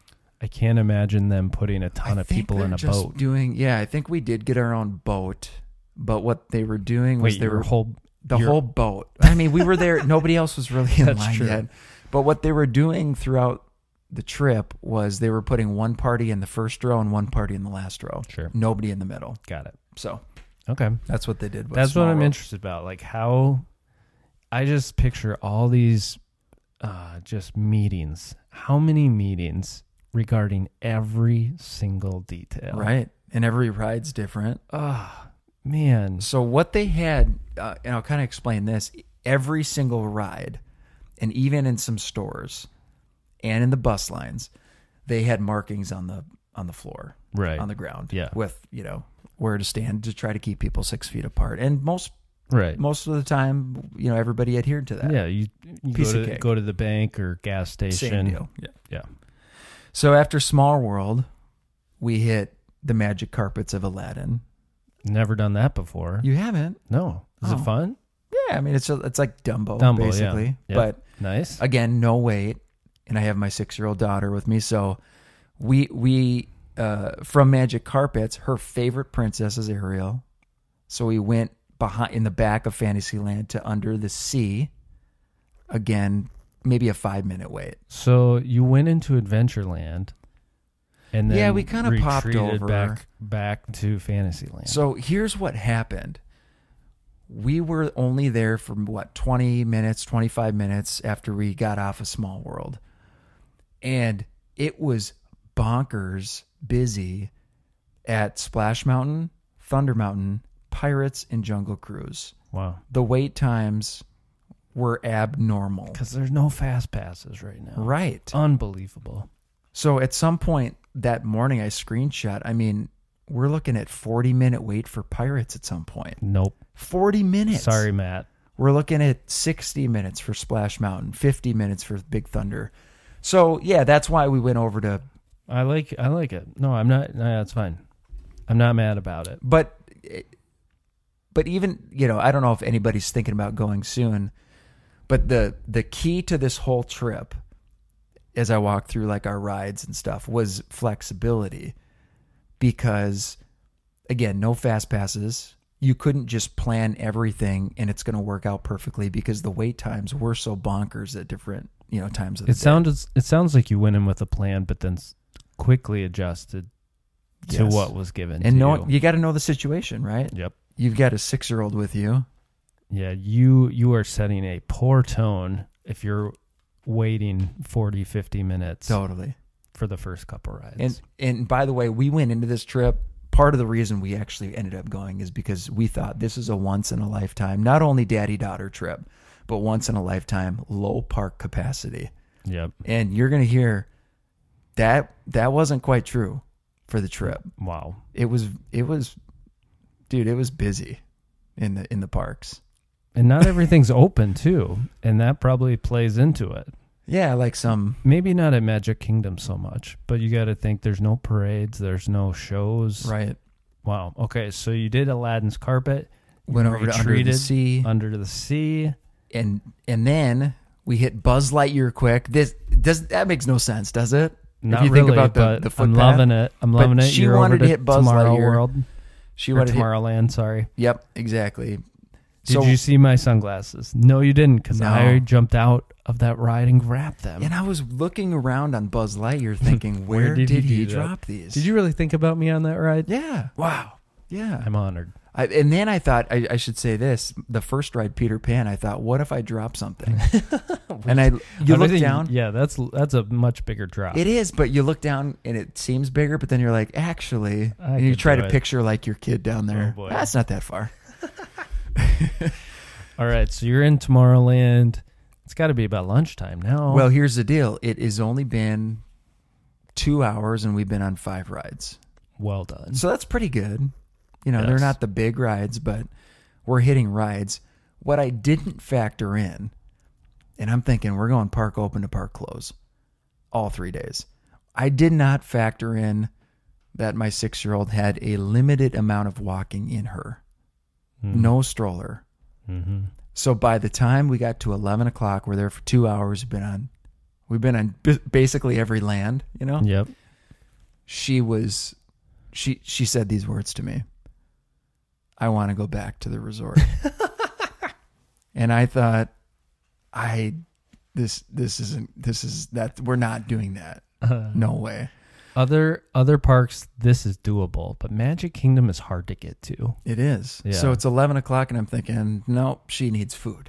Speaker 2: I can't imagine them putting a ton of
Speaker 1: think
Speaker 2: people in
Speaker 1: they're
Speaker 2: a
Speaker 1: just
Speaker 2: boat.
Speaker 1: Doing yeah, I think we did get our own boat, but what they were doing was
Speaker 2: Wait,
Speaker 1: they
Speaker 2: your
Speaker 1: were
Speaker 2: whole
Speaker 1: the
Speaker 2: your-
Speaker 1: whole boat. I mean, we were there. Nobody else was really in
Speaker 2: [laughs] That's
Speaker 1: line
Speaker 2: true.
Speaker 1: yet. But what they were doing throughout the trip was they were putting one party in the first row and one party in the last row.
Speaker 2: Sure.
Speaker 1: Nobody in the middle.
Speaker 2: Got it.
Speaker 1: So
Speaker 2: Okay.
Speaker 1: that's what they did. With
Speaker 2: That's what
Speaker 1: Small
Speaker 2: I'm
Speaker 1: World.
Speaker 2: interested about. Like how I just picture all these uh just meetings. How many meetings regarding every single detail?
Speaker 1: Right. And every ride's different.
Speaker 2: Ah, man.
Speaker 1: So what they had, uh, and I'll kind of explain this: every single ride, and even in some stores, and in the bus lines, they had markings on the on the floor,
Speaker 2: Right.
Speaker 1: on the ground,
Speaker 2: Yeah.
Speaker 1: with you know where to stand to try to keep people six feet apart. And most
Speaker 2: Right.
Speaker 1: most of the time, you know, everybody adhered to that.
Speaker 2: Yeah, you, you
Speaker 1: Piece
Speaker 2: go
Speaker 1: of
Speaker 2: to
Speaker 1: cake.
Speaker 2: go to the bank or gas station.
Speaker 1: same deal. Yeah.
Speaker 2: Yeah.
Speaker 1: So after Small World, we hit the magic carpets of Aladdin.
Speaker 2: Never done that before.
Speaker 1: You haven't?
Speaker 2: no. Is
Speaker 1: Oh.
Speaker 2: it fun?
Speaker 1: Yeah, I mean it's it's like Dumbo,
Speaker 2: Dumbo, yeah.
Speaker 1: basically,
Speaker 2: Yeah.
Speaker 1: but
Speaker 2: Nice.
Speaker 1: again no weight and i have my six year old daughter with me so we we uh, from magic carpets her favorite princess is ariel so we went behind in the back of fantasyland to under the sea again maybe a five minute wait
Speaker 2: So you went into Adventureland, and then
Speaker 1: Yeah, we kinda popped
Speaker 2: retreated
Speaker 1: over.
Speaker 2: back back to Fantasyland.
Speaker 1: so here's what happened we were only there for what 20 minutes 25 minutes after we got off of small world and it was bonkers busy at Splash Mountain, Thunder Mountain, Pirates, and Jungle Cruise.
Speaker 2: wow,
Speaker 1: The wait times were abnormal.
Speaker 2: because there's no fast passes right now.
Speaker 1: Right.
Speaker 2: Unbelievable.
Speaker 1: So at some point that morning, I screenshot. I mean, we're looking at 40 minute wait for Pirates at some point.
Speaker 2: Nope.
Speaker 1: 40 minutes.
Speaker 2: Sorry, Matt.
Speaker 1: We're looking at 60 minutes for Splash Mountain, 50 minutes for Big Thunder. So yeah, that's why we went over to
Speaker 2: I like I like it. No, I'm not. No, that's fine. I'm not mad about it.
Speaker 1: but but even you know i don't know if anybody's thinking about going soon but the the key to this whole trip as i walked through like our rides and stuff was flexibility because again no fast passes you couldn't just plan everything and it's going to work out perfectly because the wait times were so bonkers at different you know times of the
Speaker 2: It
Speaker 1: day.
Speaker 2: sounds it sounds like you went in with a plan, but then s- quickly adjusted to
Speaker 1: Yes.
Speaker 2: what was given.
Speaker 1: and
Speaker 2: to
Speaker 1: know
Speaker 2: you.
Speaker 1: you got to know the situation right
Speaker 2: Yep.
Speaker 1: you've got a six year old with you
Speaker 2: Yeah, you you are setting a poor tone if you're waiting 40 50 minutes
Speaker 1: totally
Speaker 2: for the first couple rides.
Speaker 1: And and by the way, we went into this trip. Part of the reason we actually ended up going is because we thought this is a once in a lifetime, not only daddy daughter trip, but once in a lifetime low park capacity.
Speaker 2: Yep.
Speaker 1: And you're going to hear that that wasn't quite true for the trip.
Speaker 2: Wow.
Speaker 1: It was it was dude, it was busy in the in the parks.
Speaker 2: And not everything's [laughs] open too, and that probably plays into it.
Speaker 1: Yeah, like some
Speaker 2: Maybe not at Magic Kingdom so much, but you got to think there's no parades, there's no shows.
Speaker 1: right
Speaker 2: Wow. Okay, so you did Aladdin's carpet
Speaker 1: went over to under the
Speaker 2: Retreated.
Speaker 1: sea
Speaker 2: under the sea.
Speaker 1: and and then we hit Buzz Lightyear quick. This does that makes no sense, does it?
Speaker 2: Not
Speaker 1: if you
Speaker 2: really,
Speaker 1: think about the
Speaker 2: but
Speaker 1: the
Speaker 2: I'm
Speaker 1: footpath,
Speaker 2: loving it. I'm loving it.
Speaker 1: she
Speaker 2: You're
Speaker 1: wanted
Speaker 2: over
Speaker 1: to hit Buzz
Speaker 2: Tomorrow
Speaker 1: Lightyear.
Speaker 2: World
Speaker 1: she
Speaker 2: or
Speaker 1: wanted to hit-
Speaker 2: Tomorrowland. Sorry.
Speaker 1: Yep, exactly.
Speaker 2: Did
Speaker 1: so
Speaker 2: you see my sunglasses? No, you didn't, because
Speaker 1: No.
Speaker 2: I jumped out of that ride and grabbed them.
Speaker 1: and I was looking around on Buzz
Speaker 2: [laughs]
Speaker 1: Lightyear, thinking, where, did, he,
Speaker 2: do that?
Speaker 1: drop these?
Speaker 2: Did you really think about me on that ride?
Speaker 1: Yeah. Wow. Yeah.
Speaker 2: I'm honored.
Speaker 1: I, and then I thought I, I should say this: the first ride, Peter Pan. I thought, what if I drop
Speaker 2: [laughs]
Speaker 1: something? and I, you
Speaker 2: I
Speaker 1: look
Speaker 2: think-
Speaker 1: down.
Speaker 2: Yeah, that's that's a much bigger drop.
Speaker 1: It is, but you look down and it seems bigger, but then you're like, actually,
Speaker 2: I
Speaker 1: and you
Speaker 2: could
Speaker 1: try
Speaker 2: do
Speaker 1: to
Speaker 2: it.
Speaker 1: picture like your kid down there.
Speaker 2: Oh, boy.
Speaker 1: That's not that far.
Speaker 2: All right, so you're in Tomorrowland. It's got to be about lunchtime now.
Speaker 1: Well, here's the deal: it has only been two hours, and we've been on five rides,
Speaker 2: well done.
Speaker 1: so that's pretty good. You know, they're
Speaker 2: Yes.
Speaker 1: not the big rides, but we're hitting rides. What I didn't factor in, and I'm thinking we're going park open to park close, all three days. I did not factor in that my six year old had a limited amount of walking in her. no stroller.
Speaker 2: hmm
Speaker 1: So by the time we got to eleven o'clock, we're there for two hours. We've been on, we've been on b- basically every land. You know,
Speaker 2: Yep.
Speaker 1: she was, she she said these words to me. I want to go back to the
Speaker 2: [laughs]
Speaker 1: resort, and I thought, I, this this isn't this is that we're not doing that.
Speaker 2: Uh-huh.
Speaker 1: No way.
Speaker 2: Other other parks, this is doable, but Magic Kingdom is hard to get to.
Speaker 1: It is.
Speaker 2: Yeah.
Speaker 1: So it's eleven o'clock, and I'm thinking, nope, she needs food.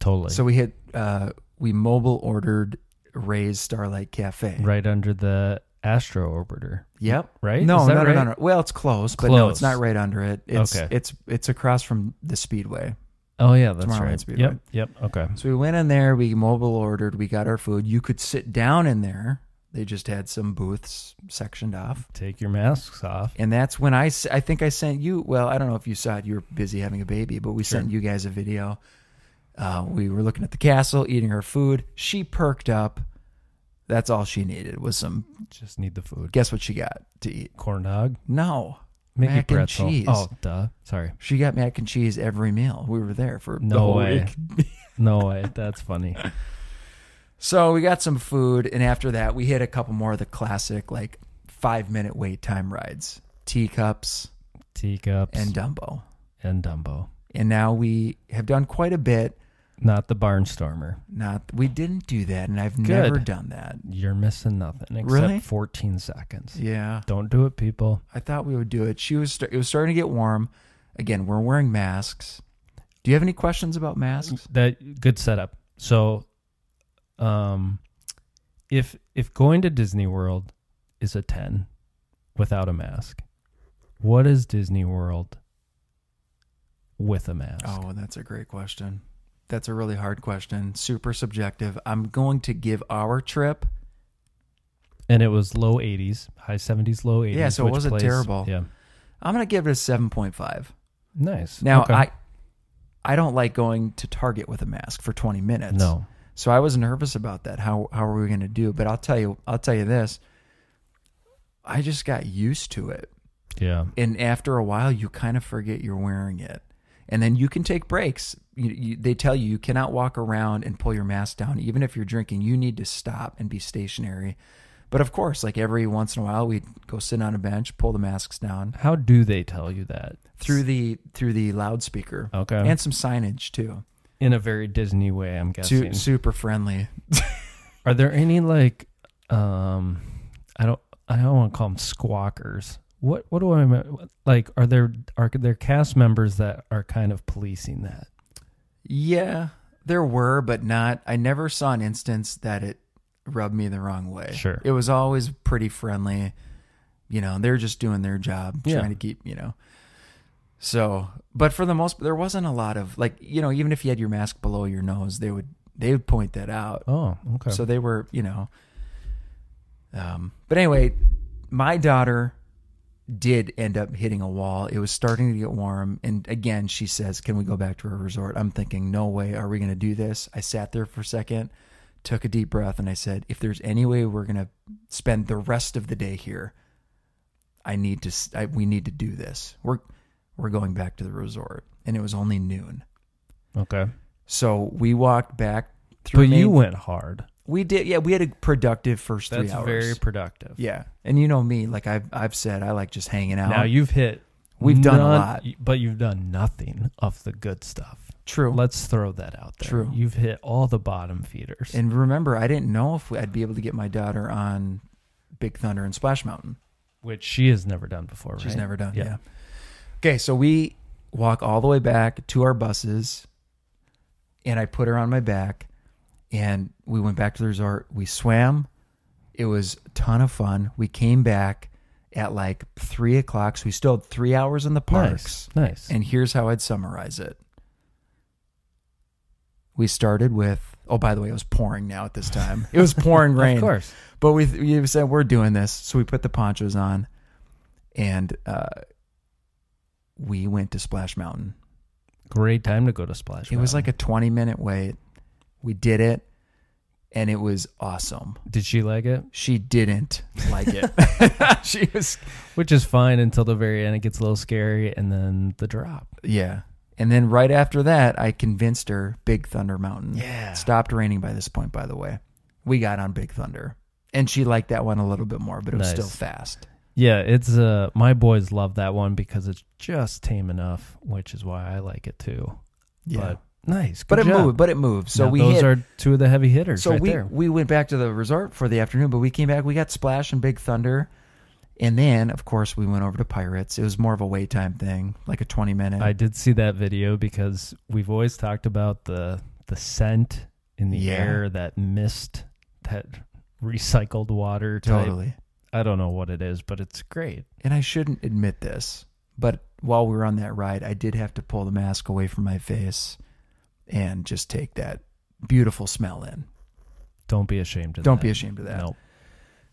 Speaker 2: Totally.
Speaker 1: So we hit, uh, we mobile ordered Ray's Starlight Cafe.
Speaker 2: right under the Astro Orbiter.
Speaker 1: Yep.
Speaker 2: Right?
Speaker 1: No,
Speaker 2: Is
Speaker 1: no,
Speaker 2: that
Speaker 1: no, no,
Speaker 2: right?
Speaker 1: no. Well, it's close, but no, it's
Speaker 2: Close.
Speaker 1: not right under it. It's
Speaker 2: Okay.
Speaker 1: it's it's across from the Speedway.
Speaker 2: Oh yeah, that's
Speaker 1: Tomorrowland
Speaker 2: right.
Speaker 1: Speedway.
Speaker 2: Yep. Yep. Okay.
Speaker 1: So we went in there. We mobile ordered. We got our food. You could sit down in there. They just had some booths sectioned off.
Speaker 2: Take your masks off.
Speaker 1: And that's when I, s- I think I sent you. Well, I don't know if you saw it. You were busy having a baby, but we
Speaker 2: Sure.
Speaker 1: sent you guys a video. Uh, we were looking at the castle, eating her food. She perked up. That's all she needed was some.
Speaker 2: Just need the food.
Speaker 1: Guess what she got to eat?
Speaker 2: Corn dog.
Speaker 1: No,
Speaker 2: Mickey
Speaker 1: Mac and
Speaker 2: pretzel.
Speaker 1: cheese.
Speaker 2: Oh, duh. Sorry.
Speaker 1: She got mac and cheese every meal. We were there for the
Speaker 2: No
Speaker 1: whole
Speaker 2: way.
Speaker 1: week.
Speaker 2: [laughs] No way. That's funny.
Speaker 1: So we got some food, and after that, we hit a couple more of the classic like five minute wait time rides, teacups
Speaker 2: Teacups
Speaker 1: and
Speaker 2: and,
Speaker 1: Dumbo.
Speaker 2: and Dumbo.
Speaker 1: And now we have done quite a bit.
Speaker 2: Not the barnstormer.
Speaker 1: Not we didn't do that, and I've
Speaker 2: Good.
Speaker 1: never done that.
Speaker 2: You're missing nothing except
Speaker 1: Really?
Speaker 2: 14 seconds.
Speaker 1: Yeah,
Speaker 2: Don't do it, people.
Speaker 1: I thought we would do it. She was it was starting to get warm. Again, we're wearing masks. Do you have any questions about masks?
Speaker 2: That good setup. So, um, if if going to Disney World is a 10 without a mask, what is Disney World with a mask?
Speaker 1: Oh, that's a great question. That's a really hard question. Super subjective. I'm going to give our trip.
Speaker 2: And it was low 80s, high 70s, low 80s.
Speaker 1: Yeah, so it
Speaker 2: which
Speaker 1: wasn't
Speaker 2: plays-
Speaker 1: terrible.
Speaker 2: Yeah,
Speaker 1: I'm going to give it a 7.5.
Speaker 2: nice.
Speaker 1: Now,
Speaker 2: Okay.
Speaker 1: I I don't like going to Target with a mask for 20 minutes.
Speaker 2: no.
Speaker 1: So I was nervous about that. How how are we going to do? But I'll tell you I'll tell you this. I just got used to it.
Speaker 2: Yeah.
Speaker 1: And after a while you kind of forget you're wearing it. And then you can take breaks. You, you, they tell you you cannot walk around and pull your mask down even if you're drinking. You need to stop and be stationary. But of course, like every once in a while we'd go sit on a bench, pull the masks down
Speaker 2: How do they tell you that?
Speaker 1: through the through the loudspeaker.
Speaker 2: Okay.
Speaker 1: And some signage too.
Speaker 2: in a very Disney way, I'm
Speaker 1: Su-
Speaker 2: guessing.
Speaker 1: super friendly.
Speaker 2: Are there any like, um, I don't, I don't want to call them squawkers. What, what do I mean? like? Are there are there cast members that are kind of policing that?
Speaker 1: Yeah, there were, but not. I never saw an instance that it rubbed me the wrong way.
Speaker 2: Sure.
Speaker 1: It was always pretty friendly. You know, they're just doing their job,
Speaker 2: Yeah.
Speaker 1: trying to keep, you know. So, but for the most, there wasn't a lot of like you know even if you had your mask below your nose, they would they would point that out.
Speaker 2: Oh, okay.
Speaker 1: So they were you know. Um, but anyway, my daughter did end up hitting a wall. It was starting to get warm, and again she says, "Can we go back to our resort?" I'm thinking, "No way, are we going to do this?" I sat there for a second, took a deep breath, and I said, "If there's any way we're going to spend the rest of the day here, I need to. s- I, we need to do this. We're we're going back to the resort, and it was only noon.
Speaker 2: okay.
Speaker 1: So we walked back through.
Speaker 2: But you
Speaker 1: Main-
Speaker 2: went hard.
Speaker 1: we did. Yeah, we had a productive first
Speaker 2: That's
Speaker 1: three hours.
Speaker 2: very productive.
Speaker 1: yeah, and you know me, like I've I've said, I like just hanging out.
Speaker 2: Now you've hit.
Speaker 1: Uh-huh. We've done a
Speaker 2: none-
Speaker 1: lot.
Speaker 2: but you've done nothing of the good stuff.
Speaker 1: True.
Speaker 2: Let's throw that out there.
Speaker 1: True.
Speaker 2: You've hit all the bottom feeders.
Speaker 1: and remember, I didn't know if I'd be able to get my daughter on Big Thunder and Splash Mountain.
Speaker 2: which she has never done before.
Speaker 1: She's
Speaker 2: right?
Speaker 1: never done.
Speaker 2: Yeah.
Speaker 1: Yeah. Okay, so we walk all the way back to our buses, and I put her on my back, and we went back to the resort. We swam. It was a ton of fun. We came back at like three o'clock, so we still had three hours in the parks.
Speaker 2: Nice. Nice.
Speaker 1: And here's how I'd summarize it. We started with oh, by the way, it was pouring now at this time. It was pouring rain.
Speaker 2: [laughs] Of course.
Speaker 1: But we, we said we're doing this, so we put the ponchos on, and uh, we went to Splash Mountain.
Speaker 2: Great time to go to Splash.
Speaker 1: It was like a twenty minute wait. We did it, and it was awesome.
Speaker 2: Did she like it?
Speaker 1: She didn't like
Speaker 2: [laughs]
Speaker 1: it. [laughs] she was
Speaker 2: Which is fine until the very end. It gets a little scary, and then the drop.
Speaker 1: yeah. And then right after that, I convinced her Big Thunder Mountain.
Speaker 2: Yeah.
Speaker 1: It stopped raining by this point, by the way. We got on Big Thunder, and she liked that one a little bit more, but it was
Speaker 2: Nice.
Speaker 1: still fast.
Speaker 2: Yeah, it's uh my boys love that one because it's just tame enough, which is why I like it too. But nice.
Speaker 1: but
Speaker 2: good
Speaker 1: it
Speaker 2: job.
Speaker 1: moved. But it moved. So
Speaker 2: Now,
Speaker 1: we
Speaker 2: those
Speaker 1: hit.
Speaker 2: are two of the heavy hitters
Speaker 1: so
Speaker 2: right
Speaker 1: we
Speaker 2: there.
Speaker 1: we went back to the resort for the afternoon, but we came back. We got Splash and Big Thunder, and then of course we went over to Pirates. It was more of a wait time thing, like a twenty minute.
Speaker 2: I did see that video because we've always talked about the the scent in the
Speaker 1: Yeah.
Speaker 2: air, that mist, that recycled water type.
Speaker 1: totally.
Speaker 2: I don't know what it is, but it's great.
Speaker 1: And I shouldn't admit this, but while we were on that ride, I did have to pull the mask away from my face, and just take that beautiful smell in.
Speaker 2: Don't be ashamed of
Speaker 1: Don't
Speaker 2: that.
Speaker 1: be ashamed of that.
Speaker 2: Nope.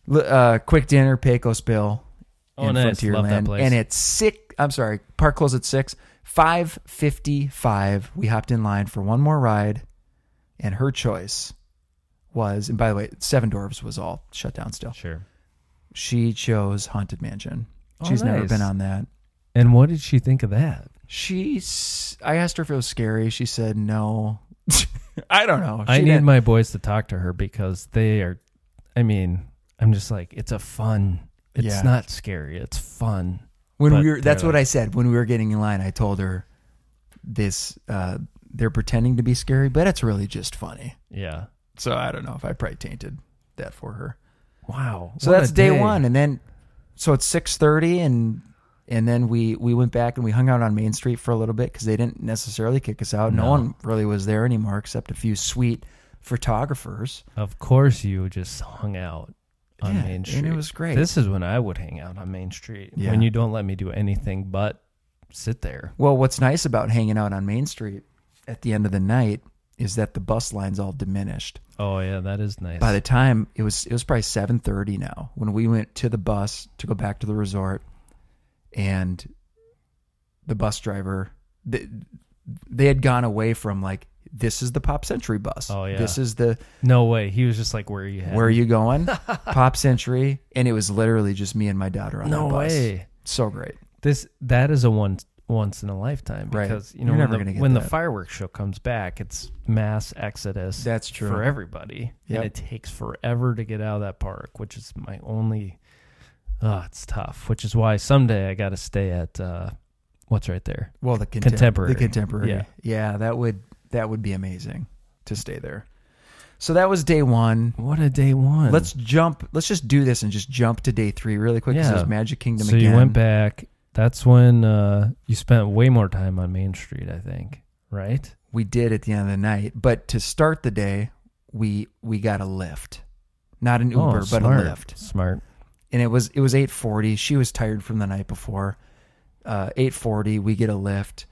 Speaker 1: L- uh, quick dinner, Pecos Bill.
Speaker 2: Oh, nice. Love that place.
Speaker 1: And it's six. I'm sorry. Park closed at six. Five fifty-five. We hopped in line for one more ride, and her choice was. And by the way, Seven Dwarfs was all shut down still.
Speaker 2: Sure.
Speaker 1: She chose Haunted Mansion.
Speaker 2: Oh,
Speaker 1: She's never
Speaker 2: nice.
Speaker 1: been on that.
Speaker 2: And what did she think of that?
Speaker 1: She's. I asked her if it was scary. She said no. [laughs] I don't know.
Speaker 2: I
Speaker 1: She
Speaker 2: need
Speaker 1: didn't-
Speaker 2: my boys to talk to her because they are. I mean, I'm just like it's a fun. It's
Speaker 1: Yeah.
Speaker 2: not scary. It's fun.
Speaker 1: when
Speaker 2: but
Speaker 1: we were that's
Speaker 2: they're
Speaker 1: what I said when we were getting in line. I told her this uh they're pretending to be scary, but it's really just funny.
Speaker 2: Yeah.
Speaker 1: So I don't know if I probably tainted that for her.
Speaker 2: Wow.
Speaker 1: So
Speaker 2: what a
Speaker 1: that's day, one and then so it's 6:30 and and then we we went back and we hung out on Main Street for a little bit cuz they didn't necessarily kick us out. No.
Speaker 2: No.
Speaker 1: one really was there anymore except a few sweet photographers.
Speaker 2: Of course, you just hung out on
Speaker 1: Yeah,
Speaker 2: Main
Speaker 1: and it
Speaker 2: Street,
Speaker 1: was great.
Speaker 2: This is when I would hang out on Main Street
Speaker 1: Yeah.
Speaker 2: when you don't let me do anything but sit there.
Speaker 1: Well, what's nice about hanging out on Main Street at the end of the night is that the bus line's all diminished.
Speaker 2: Oh yeah, that is nice.
Speaker 1: by the time it was it was probably 7:30 now when we went to the bus to go back to the resort and the bus driver they, they had gone away from like this is the pop century bus
Speaker 2: Oh, yeah.
Speaker 1: this is the
Speaker 2: no way. He was just like, "Where are you? Heading?
Speaker 1: where are you
Speaker 2: [laughs]
Speaker 1: going pop century and it was literally just me and my daughter on
Speaker 2: No
Speaker 1: that bus
Speaker 2: way.
Speaker 1: so great
Speaker 2: this that is a once once in a lifetime
Speaker 1: Right.
Speaker 2: because you
Speaker 1: You're
Speaker 2: know when,
Speaker 1: never
Speaker 2: the,
Speaker 1: gonna get
Speaker 2: when the
Speaker 1: that.
Speaker 2: fireworks show comes back it's mass exodus
Speaker 1: That's true.
Speaker 2: for everybody
Speaker 1: Yep.
Speaker 2: and it takes forever to get out of that park which is my only oh it's tough which is why someday i gotta stay at uh what's right there
Speaker 1: well the contem-
Speaker 2: Contemporary.
Speaker 1: the contemporary
Speaker 2: Yeah.
Speaker 1: yeah that would that would be amazing to stay there so that was day 1
Speaker 2: what a day one
Speaker 1: Let's jump. Let's just do this and just jump to day three really quick. Because
Speaker 2: Yeah.
Speaker 1: it was Magic Kingdom
Speaker 2: so
Speaker 1: again.
Speaker 2: you went back that's when uh you spent way more time on main street i think right
Speaker 1: We did at the end of the night, but to start the day, we we got a lift, not an Uber,
Speaker 2: oh,
Speaker 1: but
Speaker 2: smart.
Speaker 1: a lift,
Speaker 2: smart
Speaker 1: and it was it was eight forty. She was tired from the night before. uh, 840. We get a lift.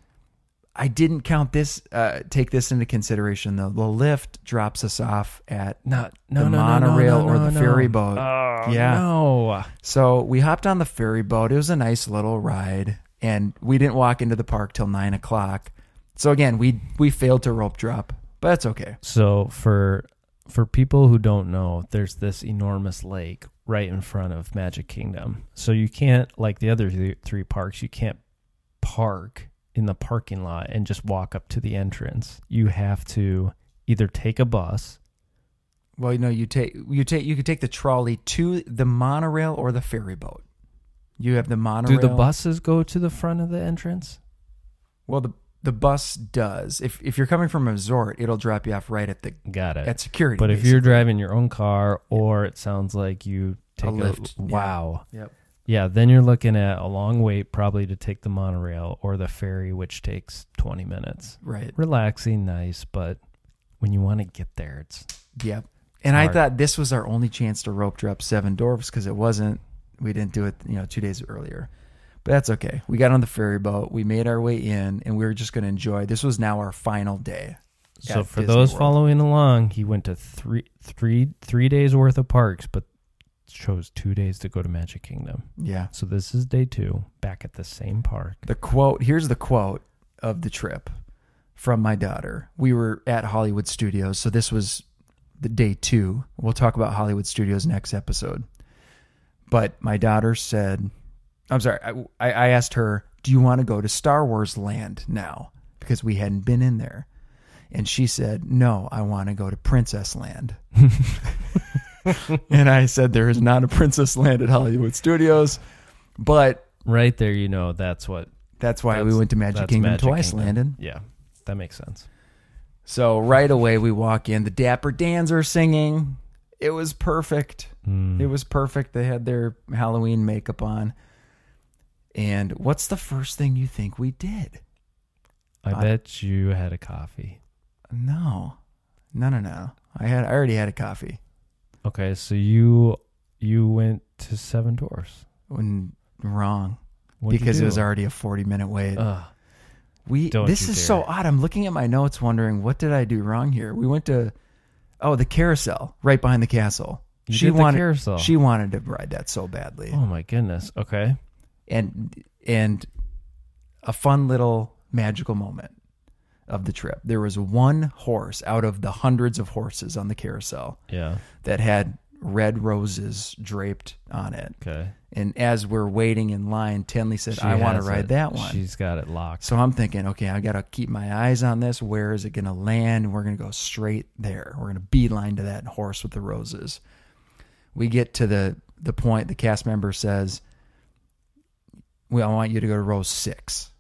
Speaker 1: I didn't count this. Uh, take this into consideration though. The lift drops us off at
Speaker 2: Not no
Speaker 1: the
Speaker 2: no, no,
Speaker 1: monorail
Speaker 2: no, no,
Speaker 1: or the
Speaker 2: no.
Speaker 1: ferry boat.
Speaker 2: Oh,
Speaker 1: Yeah.
Speaker 2: No.
Speaker 1: So we hopped on the ferry boat. It was a nice little ride, and we didn't walk into the park till nine o'clock. So again, we we failed to rope drop, but that's okay.
Speaker 2: So for for people who don't know, there's this enormous lake right in front of Magic Kingdom. So you can't like the other th- three parks, you can't park in the parking lot and just walk up to the entrance. You have to either take a bus.
Speaker 1: Well, you know, you take you take you could take the trolley to the monorail or the ferry boat. You have the monorail.
Speaker 2: Do the buses go to the front of the entrance?
Speaker 1: Well, the the bus does. If if you're coming from a resort, it'll drop you off right at the
Speaker 2: Got it.
Speaker 1: at security.
Speaker 2: but if you're driving your own car or it sounds like you take a,
Speaker 1: lift, yeah.
Speaker 2: wow.
Speaker 1: Yep.
Speaker 2: Yeah, then you're looking at a long wait probably to take the monorail or the ferry, which takes 20 minutes.
Speaker 1: right.
Speaker 2: Relaxing, nice, but when you want to get there, it's
Speaker 1: Yep. And I
Speaker 2: hard.
Speaker 1: thought this was our only chance to rope drop Seven Dwarfs because it wasn't. We didn't do it, you know, two days earlier. But that's okay. We got on the ferry boat. We made our way in, and we were just going to enjoy. This was now our final day.
Speaker 2: so.
Speaker 1: at
Speaker 2: For
Speaker 1: Disney
Speaker 2: those
Speaker 1: World.
Speaker 2: following along, he went to three, three, three days worth of parks, but chose two days to go to Magic Kingdom.
Speaker 1: yeah.
Speaker 2: So this is day two, back at the same park.
Speaker 1: The quote here's the quote of the trip from my daughter. We were at Hollywood Studios, so this was the day two. We'll talk about Hollywood Studios next episode. But my daughter said, I'm sorry, I, I I asked her, Do you want to go to Star Wars Land now? Because we hadn't been in there. And she said, No, I want to go to Princess Land. and I said, There is not a Princess Land at Hollywood Studios, but
Speaker 2: Right there, you know that's what
Speaker 1: that's why we
Speaker 2: That's-
Speaker 1: went to Magic
Speaker 2: that's
Speaker 1: Kingdom
Speaker 2: Magic
Speaker 1: twice,
Speaker 2: Kingdom.
Speaker 1: Landon.
Speaker 2: Yeah, that makes sense.
Speaker 1: So right away we walk in. The Dapper Dans are singing. It was perfect.
Speaker 2: Mm.
Speaker 1: It was perfect. They had their Halloween makeup on. And what's the first thing you think we did?
Speaker 2: I
Speaker 1: I-
Speaker 2: bet you had a coffee.
Speaker 1: No, no, no, no. I had I already had a coffee.
Speaker 2: Okay, so you you went to Seven Dwarfs
Speaker 1: When wrong
Speaker 2: What'd you
Speaker 1: because it
Speaker 2: do?
Speaker 1: was already a forty minute wait.
Speaker 2: Ugh.
Speaker 1: we
Speaker 2: don't
Speaker 1: this
Speaker 2: you
Speaker 1: is so
Speaker 2: dare.
Speaker 1: odd. I'm looking at my notes, wondering what did I do wrong here. We went to oh the carousel right behind the castle.
Speaker 2: You
Speaker 1: she
Speaker 2: did the
Speaker 1: wanted
Speaker 2: carousel.
Speaker 1: she wanted to ride that so badly.
Speaker 2: Oh my goodness. Okay.
Speaker 1: and and a fun little magical moment of the trip. There was one horse out of the hundreds of horses on the carousel
Speaker 2: Yeah.
Speaker 1: that had red roses draped on it.
Speaker 2: Okay.
Speaker 1: And as we're waiting in line, Tenley said,
Speaker 2: She
Speaker 1: "I want to
Speaker 2: has
Speaker 1: ride
Speaker 2: it.
Speaker 1: that one."
Speaker 2: She's got it locked.
Speaker 1: so I'm thinking, okay, I got to keep my eyes on this. Where is it going to land? We're going to go straight there. We're going to beeline to that horse with the roses. We get to the the point. The cast member says, "We I want you to go to row six,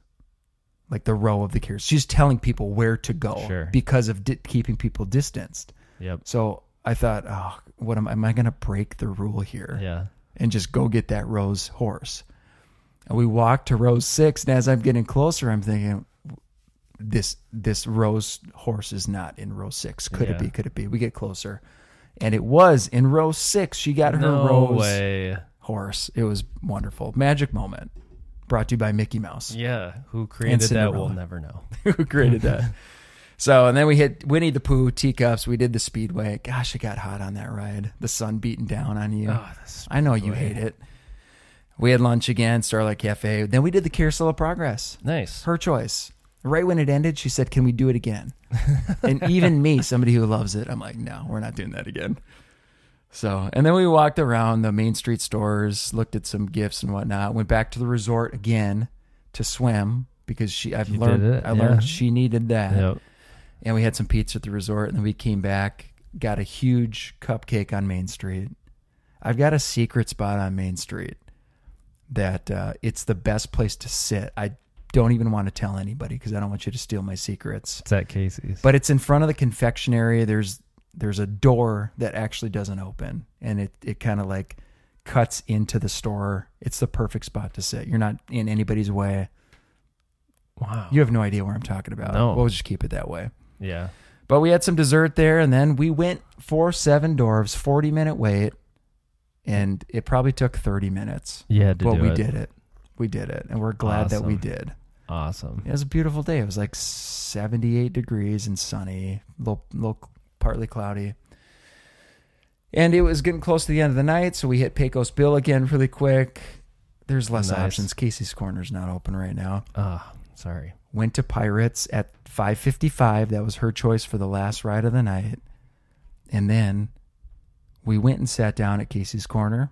Speaker 1: like the row of the carousel." She's telling people where to go
Speaker 2: Sure.
Speaker 1: because of di- keeping people distanced.
Speaker 2: Yep.
Speaker 1: So I thought, oh, what am am I going to break the rule here?
Speaker 2: Yeah.
Speaker 1: and just go get that rose horse. And we walked to row six, and as I'm getting closer, I'm thinking, this this rose horse is not in row six. Could it
Speaker 2: Yeah.
Speaker 1: be? Could it be? We get closer, and it was in row six. She got her
Speaker 2: No
Speaker 1: rose
Speaker 2: way.
Speaker 1: horse. It was wonderful, magic moment. Brought to you by Mickey Mouse,
Speaker 2: Yeah. Who created that?
Speaker 1: Cinderella.
Speaker 2: We'll never know.
Speaker 1: [laughs] who created that. So, and then we hit Winnie the Pooh teacups. We did the speedway. Gosh, it got hot on that ride. The sun beating down on you.
Speaker 2: Oh, this
Speaker 1: I know you hate it. We had lunch again, Starlight Cafe. Then we did the Carousel of Progress.
Speaker 2: nice.
Speaker 1: Her choice. Right when it ended, she said, "Can we do it
Speaker 2: [laughs]
Speaker 1: again?" and even me, somebody who loves it, I'm like, "No, we're not doing that again." So, and then we walked around the main street stores, looked at some gifts and whatnot. Went back to the resort again to swim because she. I've
Speaker 2: You
Speaker 1: learned.
Speaker 2: did it,
Speaker 1: I learned
Speaker 2: yeah.
Speaker 1: she needed that
Speaker 2: Yep.
Speaker 1: and we had some pizza at the resort and then we came back got a huge cupcake on main street i've got a secret spot on main street that uh, it's the best place to sit i don't even want to tell anybody because i don't want you to steal my secrets
Speaker 2: It's at Casey's.
Speaker 1: but it's in front of the confectionery there's there's a door that actually doesn't open and it, it kind of like cuts into the store it's the perfect spot to sit you're not in anybody's way
Speaker 2: wow.
Speaker 1: you have no idea where i'm talking about
Speaker 2: No.
Speaker 1: we'll just keep it that way
Speaker 2: yeah.
Speaker 1: but we had some dessert there, and then we went for Seven Dwarves, 40 minute wait, and it probably took 30 minutes.
Speaker 2: You had to
Speaker 1: but
Speaker 2: do
Speaker 1: we
Speaker 2: it.
Speaker 1: did it. we did it, and we're glad that we
Speaker 2: Awesome.
Speaker 1: did.
Speaker 2: Awesome.
Speaker 1: It was a beautiful day. It was like 78 degrees and sunny, little, little partly cloudy. And it was getting close to the end of the night, so we hit Pecos Bill again really quick. There's less
Speaker 2: Nice.
Speaker 1: options. Casey's Corner's not open right now.
Speaker 2: Ah, sorry.
Speaker 1: Went to Pirates at 5:55. That was her choice for the last ride of the night. And then we went and sat down at Casey's Corner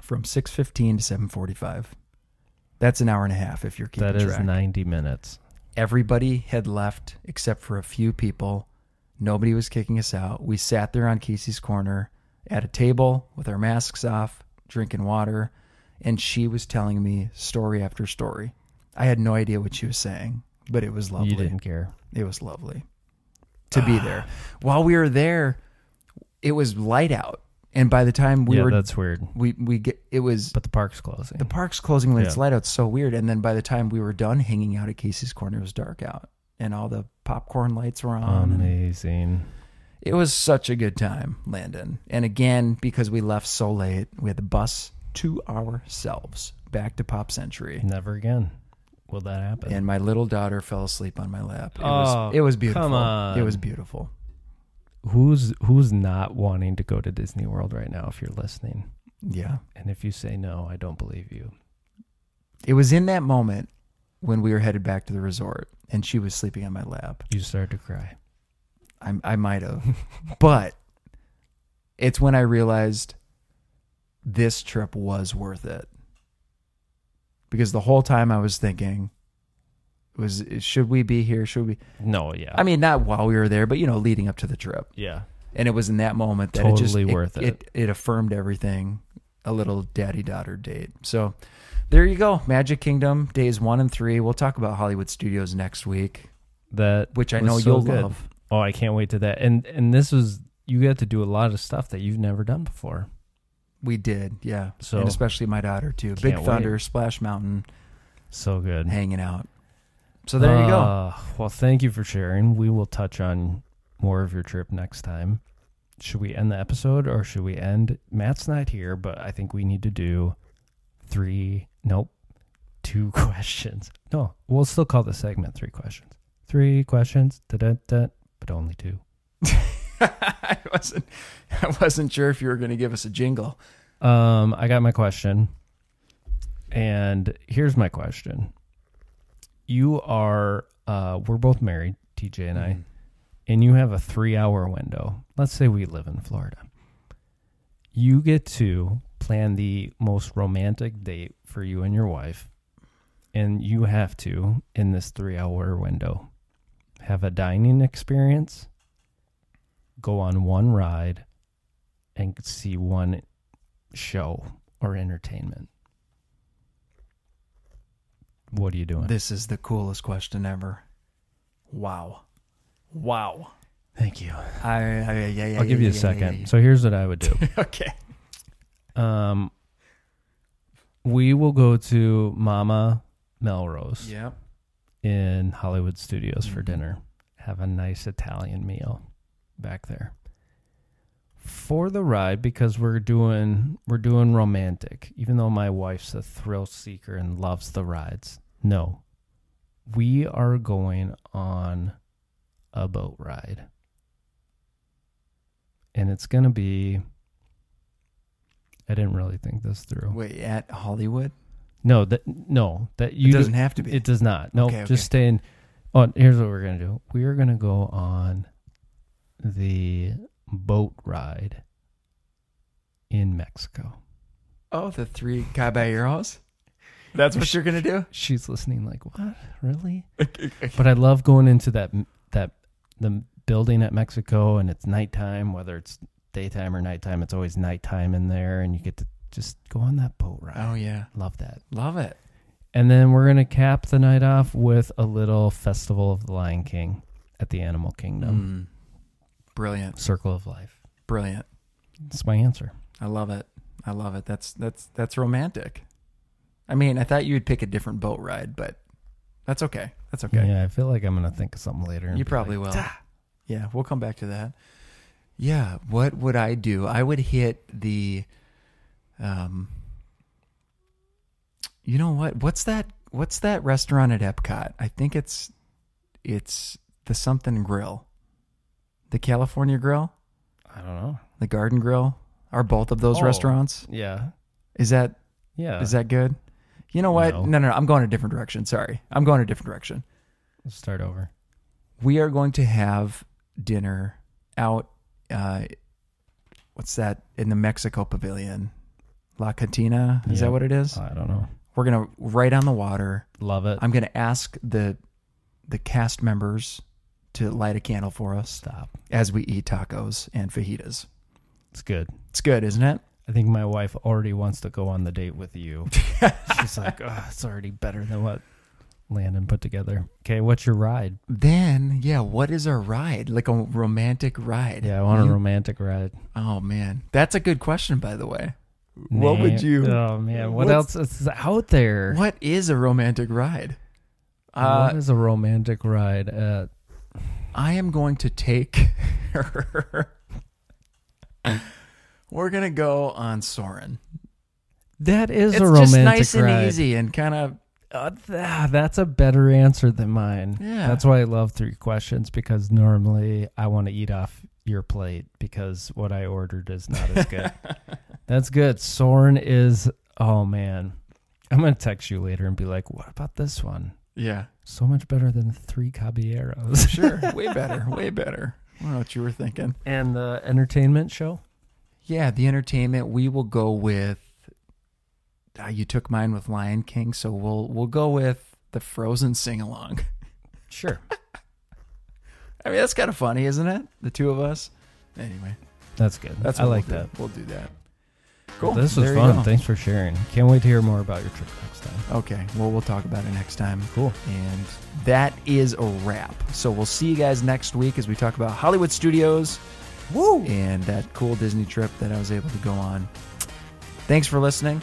Speaker 1: from 6:15 to 7:45. That's an hour and a half if you're keeping
Speaker 2: that is
Speaker 1: track
Speaker 2: ninety minutes.
Speaker 1: everybody had left except for a few people. Nobody was kicking us out. We sat there on Casey's corner at a table with our masks off, drinking water, and she was telling me story after story. I had no idea what she was saying, but it was lovely.
Speaker 2: You didn't Ah. care.
Speaker 1: It was lovely to be there. While we were there, it was light out, and by the time we
Speaker 2: yeah,
Speaker 1: were
Speaker 2: that's weird.
Speaker 1: we we get it was
Speaker 2: But the park's closing.
Speaker 1: the park's closing when it's
Speaker 2: Yeah.
Speaker 1: light out. It's so weird. And then by the time we were done hanging out at Casey's Corner, it was dark out, and all the popcorn lights were on. and
Speaker 2: Amazing.
Speaker 1: it was such a good time, Landon. And again, because we left so late, we had the bus to ourselves back to Pop Century.
Speaker 2: Never again will that happen.
Speaker 1: And my little daughter fell asleep on my lap. It
Speaker 2: Oh,
Speaker 1: was it was beautiful.
Speaker 2: come on.
Speaker 1: It was beautiful.
Speaker 2: who's who's not wanting to go to Disney World right now? If you're listening,
Speaker 1: Yeah.
Speaker 2: and if you say no, I don't believe you.
Speaker 1: It was in that moment when we were headed back to the resort and she was sleeping on my lap.
Speaker 2: You start to cry.
Speaker 1: I, I might have, [laughs] but it's when I realized this trip was worth it because the whole time I was thinking was should we be here? Should we?
Speaker 2: No, yeah,
Speaker 1: I mean, not while we were there, but you know, leading up to the trip.
Speaker 2: yeah.
Speaker 1: And it was in that moment that it just
Speaker 2: Totally worth it.
Speaker 1: it. It affirmed everything. A little daddy daughter date. So there you go, Magic Kingdom days one and three. We'll talk about Hollywood Studios next week,
Speaker 2: That
Speaker 1: which I
Speaker 2: was
Speaker 1: know
Speaker 2: so
Speaker 1: you'll
Speaker 2: good.
Speaker 1: love.
Speaker 2: Oh, I can't wait to that. And and this was you got to do a lot of stuff that you've never done before.
Speaker 1: We did, yeah.
Speaker 2: So-
Speaker 1: and especially my daughter too.
Speaker 2: Can't
Speaker 1: Big
Speaker 2: wait. Mm-hmm.
Speaker 1: Thunder, Splash Mountain,
Speaker 2: So good.
Speaker 1: hanging out. So there you go.
Speaker 2: Uh, Well, thank you for sharing. We will touch on more of your trip next time. Should we end the episode or should we end? Matt's not here, but I think we need to do three, nope, two [laughs] questions. No, we'll still call the segment three questions. Three questions, da-da-da, but only two. Uh,
Speaker 1: [laughs] I wasn't, I wasn't sure if you were going to give us a jingle.
Speaker 2: Um, I got my question. And here's my question. You are uh we're both married, TJ and I, and you have a 3-hour window. Let's say we live in Florida. You get to plan the most romantic date for you and your wife, and you have to in this 3-hour window have a dining experience, go on one ride and see one show or entertainment. What are you doing?
Speaker 1: This is the coolest question ever. Wow, wow.
Speaker 2: Thank you.
Speaker 1: I, I- yeah, yeah,
Speaker 2: I'll give you a second. So here's what I would do.
Speaker 1: [laughs] okay.
Speaker 2: Um, we will go to Mama Melrose
Speaker 1: Yep.
Speaker 2: in Hollywood Studios for
Speaker 1: Mhm.
Speaker 2: dinner. Have a nice Italian meal back there. For the ride, because we're doing we're doing romantic. Even though my wife's a thrill seeker and loves the rides, no, we are going on a boat ride, and it's gonna be. I didn't really think this through.
Speaker 1: Wait, at Hollywood,
Speaker 2: No, that no, that you
Speaker 1: it
Speaker 2: do-
Speaker 1: doesn't have to be.
Speaker 2: it does not. No,
Speaker 1: Okay, okay.
Speaker 2: just stay in. Oh, here's what we're gonna do. We are gonna go on the boat ride in Mexico.
Speaker 1: oh, the three caballeros. [laughs] That's what you're gonna do.
Speaker 2: She's listening, like,
Speaker 1: Ah,
Speaker 2: what? Really? but I love going into that that the building at Mexico, and it's nighttime. Whether it's daytime or nighttime, it's always nighttime in there, and you get to just go on that boat ride.
Speaker 1: Oh yeah,
Speaker 2: Love that.
Speaker 1: love it.
Speaker 2: And then we're gonna cap the night off with a little festival of the Lion King at the Animal Kingdom.
Speaker 1: Mm. Brilliant,
Speaker 2: Circle of life.
Speaker 1: brilliant.
Speaker 2: That's my answer.
Speaker 1: I love it. I love it. That's that's that's romantic. I mean, I thought you'd pick a different boat ride, but that's okay. That's okay.
Speaker 2: Yeah, I feel like I'm gonna think of something later. and
Speaker 1: you
Speaker 2: be
Speaker 1: probably
Speaker 2: like,
Speaker 1: will. Yeah, we'll come back to that. Yeah, what would I do? I would hit the um You know what? What's that? What's that restaurant at Epcot? I think it's it's the something grill. The California Grill,
Speaker 2: I don't know.
Speaker 1: the Garden Grill are both of those
Speaker 2: Oh.
Speaker 1: restaurants.
Speaker 2: Yeah.
Speaker 1: Is that
Speaker 2: Yeah.
Speaker 1: is that good? You know what?
Speaker 2: No.
Speaker 1: no, no. no, I'm going a different direction. Sorry. I'm going a different direction.
Speaker 2: Let's start over.
Speaker 1: we are going to have dinner out uh what's that in the mexico pavilion la cantina is
Speaker 2: Yeah. Uh,
Speaker 1: that what it is
Speaker 2: I don't know.
Speaker 1: we're gonna right on the water
Speaker 2: Love it.
Speaker 1: i'm gonna ask the the cast members to light a candle for us
Speaker 2: Stop.
Speaker 1: as we eat tacos and fajitas
Speaker 2: It's good.
Speaker 1: it's good isn't it
Speaker 2: I think my wife already wants to go on the date
Speaker 1: [laughs]
Speaker 2: with you. She's like, oh, it's already better than what Landon put together. Okay, what's your ride?
Speaker 1: then yeah what is our ride like a romantic ride
Speaker 2: Yeah, I want
Speaker 1: You-
Speaker 2: a romantic ride.
Speaker 1: oh man that's a good question by the way what would
Speaker 2: Name-
Speaker 1: you
Speaker 2: Oh man, what
Speaker 1: What's-
Speaker 2: else is out there?
Speaker 1: What is a romantic ride?
Speaker 2: what
Speaker 1: Uh,
Speaker 2: is a romantic ride Uh, at?
Speaker 1: I am going to take [laughs] her. We're gonna go on Soren.
Speaker 2: That is
Speaker 1: It's
Speaker 2: a romantic
Speaker 1: just nice
Speaker 2: ride.
Speaker 1: and easy, and kind of
Speaker 2: Uh, th- ah, that's a better answer than mine.
Speaker 1: Yeah.
Speaker 2: That's why I love three questions because normally I want to eat off your plate because what I ordered is not
Speaker 1: [laughs]
Speaker 2: as good. that's good. Soren is oh man. I'm gonna text you later and be like, what about this one?
Speaker 1: yeah,
Speaker 2: So much better than
Speaker 1: [laughs]
Speaker 2: three caballeros.
Speaker 1: sure, way better, way better. I don't know what you were thinking.
Speaker 2: and the entertainment show?
Speaker 1: Yeah, the entertainment. We will go with. Uh, you took mine with Lion King, so we'll we'll go with the Frozen sing along.
Speaker 2: Sure.
Speaker 1: [laughs] I mean, that's kind of funny, isn't it? The two of us. Anyway,
Speaker 2: That's good.
Speaker 1: that's
Speaker 2: I
Speaker 1: what
Speaker 2: like
Speaker 1: we'll
Speaker 2: that.
Speaker 1: do. We'll do that.
Speaker 2: Well, this was
Speaker 1: There you go.
Speaker 2: fun. Thanks for sharing. Can't wait to hear more about your trip next time.
Speaker 1: Okay. Well, we'll talk about it next time.
Speaker 2: Cool.
Speaker 1: And that is a wrap. So we'll see you guys next week as we talk about Hollywood Studios
Speaker 2: Woo!
Speaker 1: and that cool Disney trip that I was able to go on. Thanks for listening,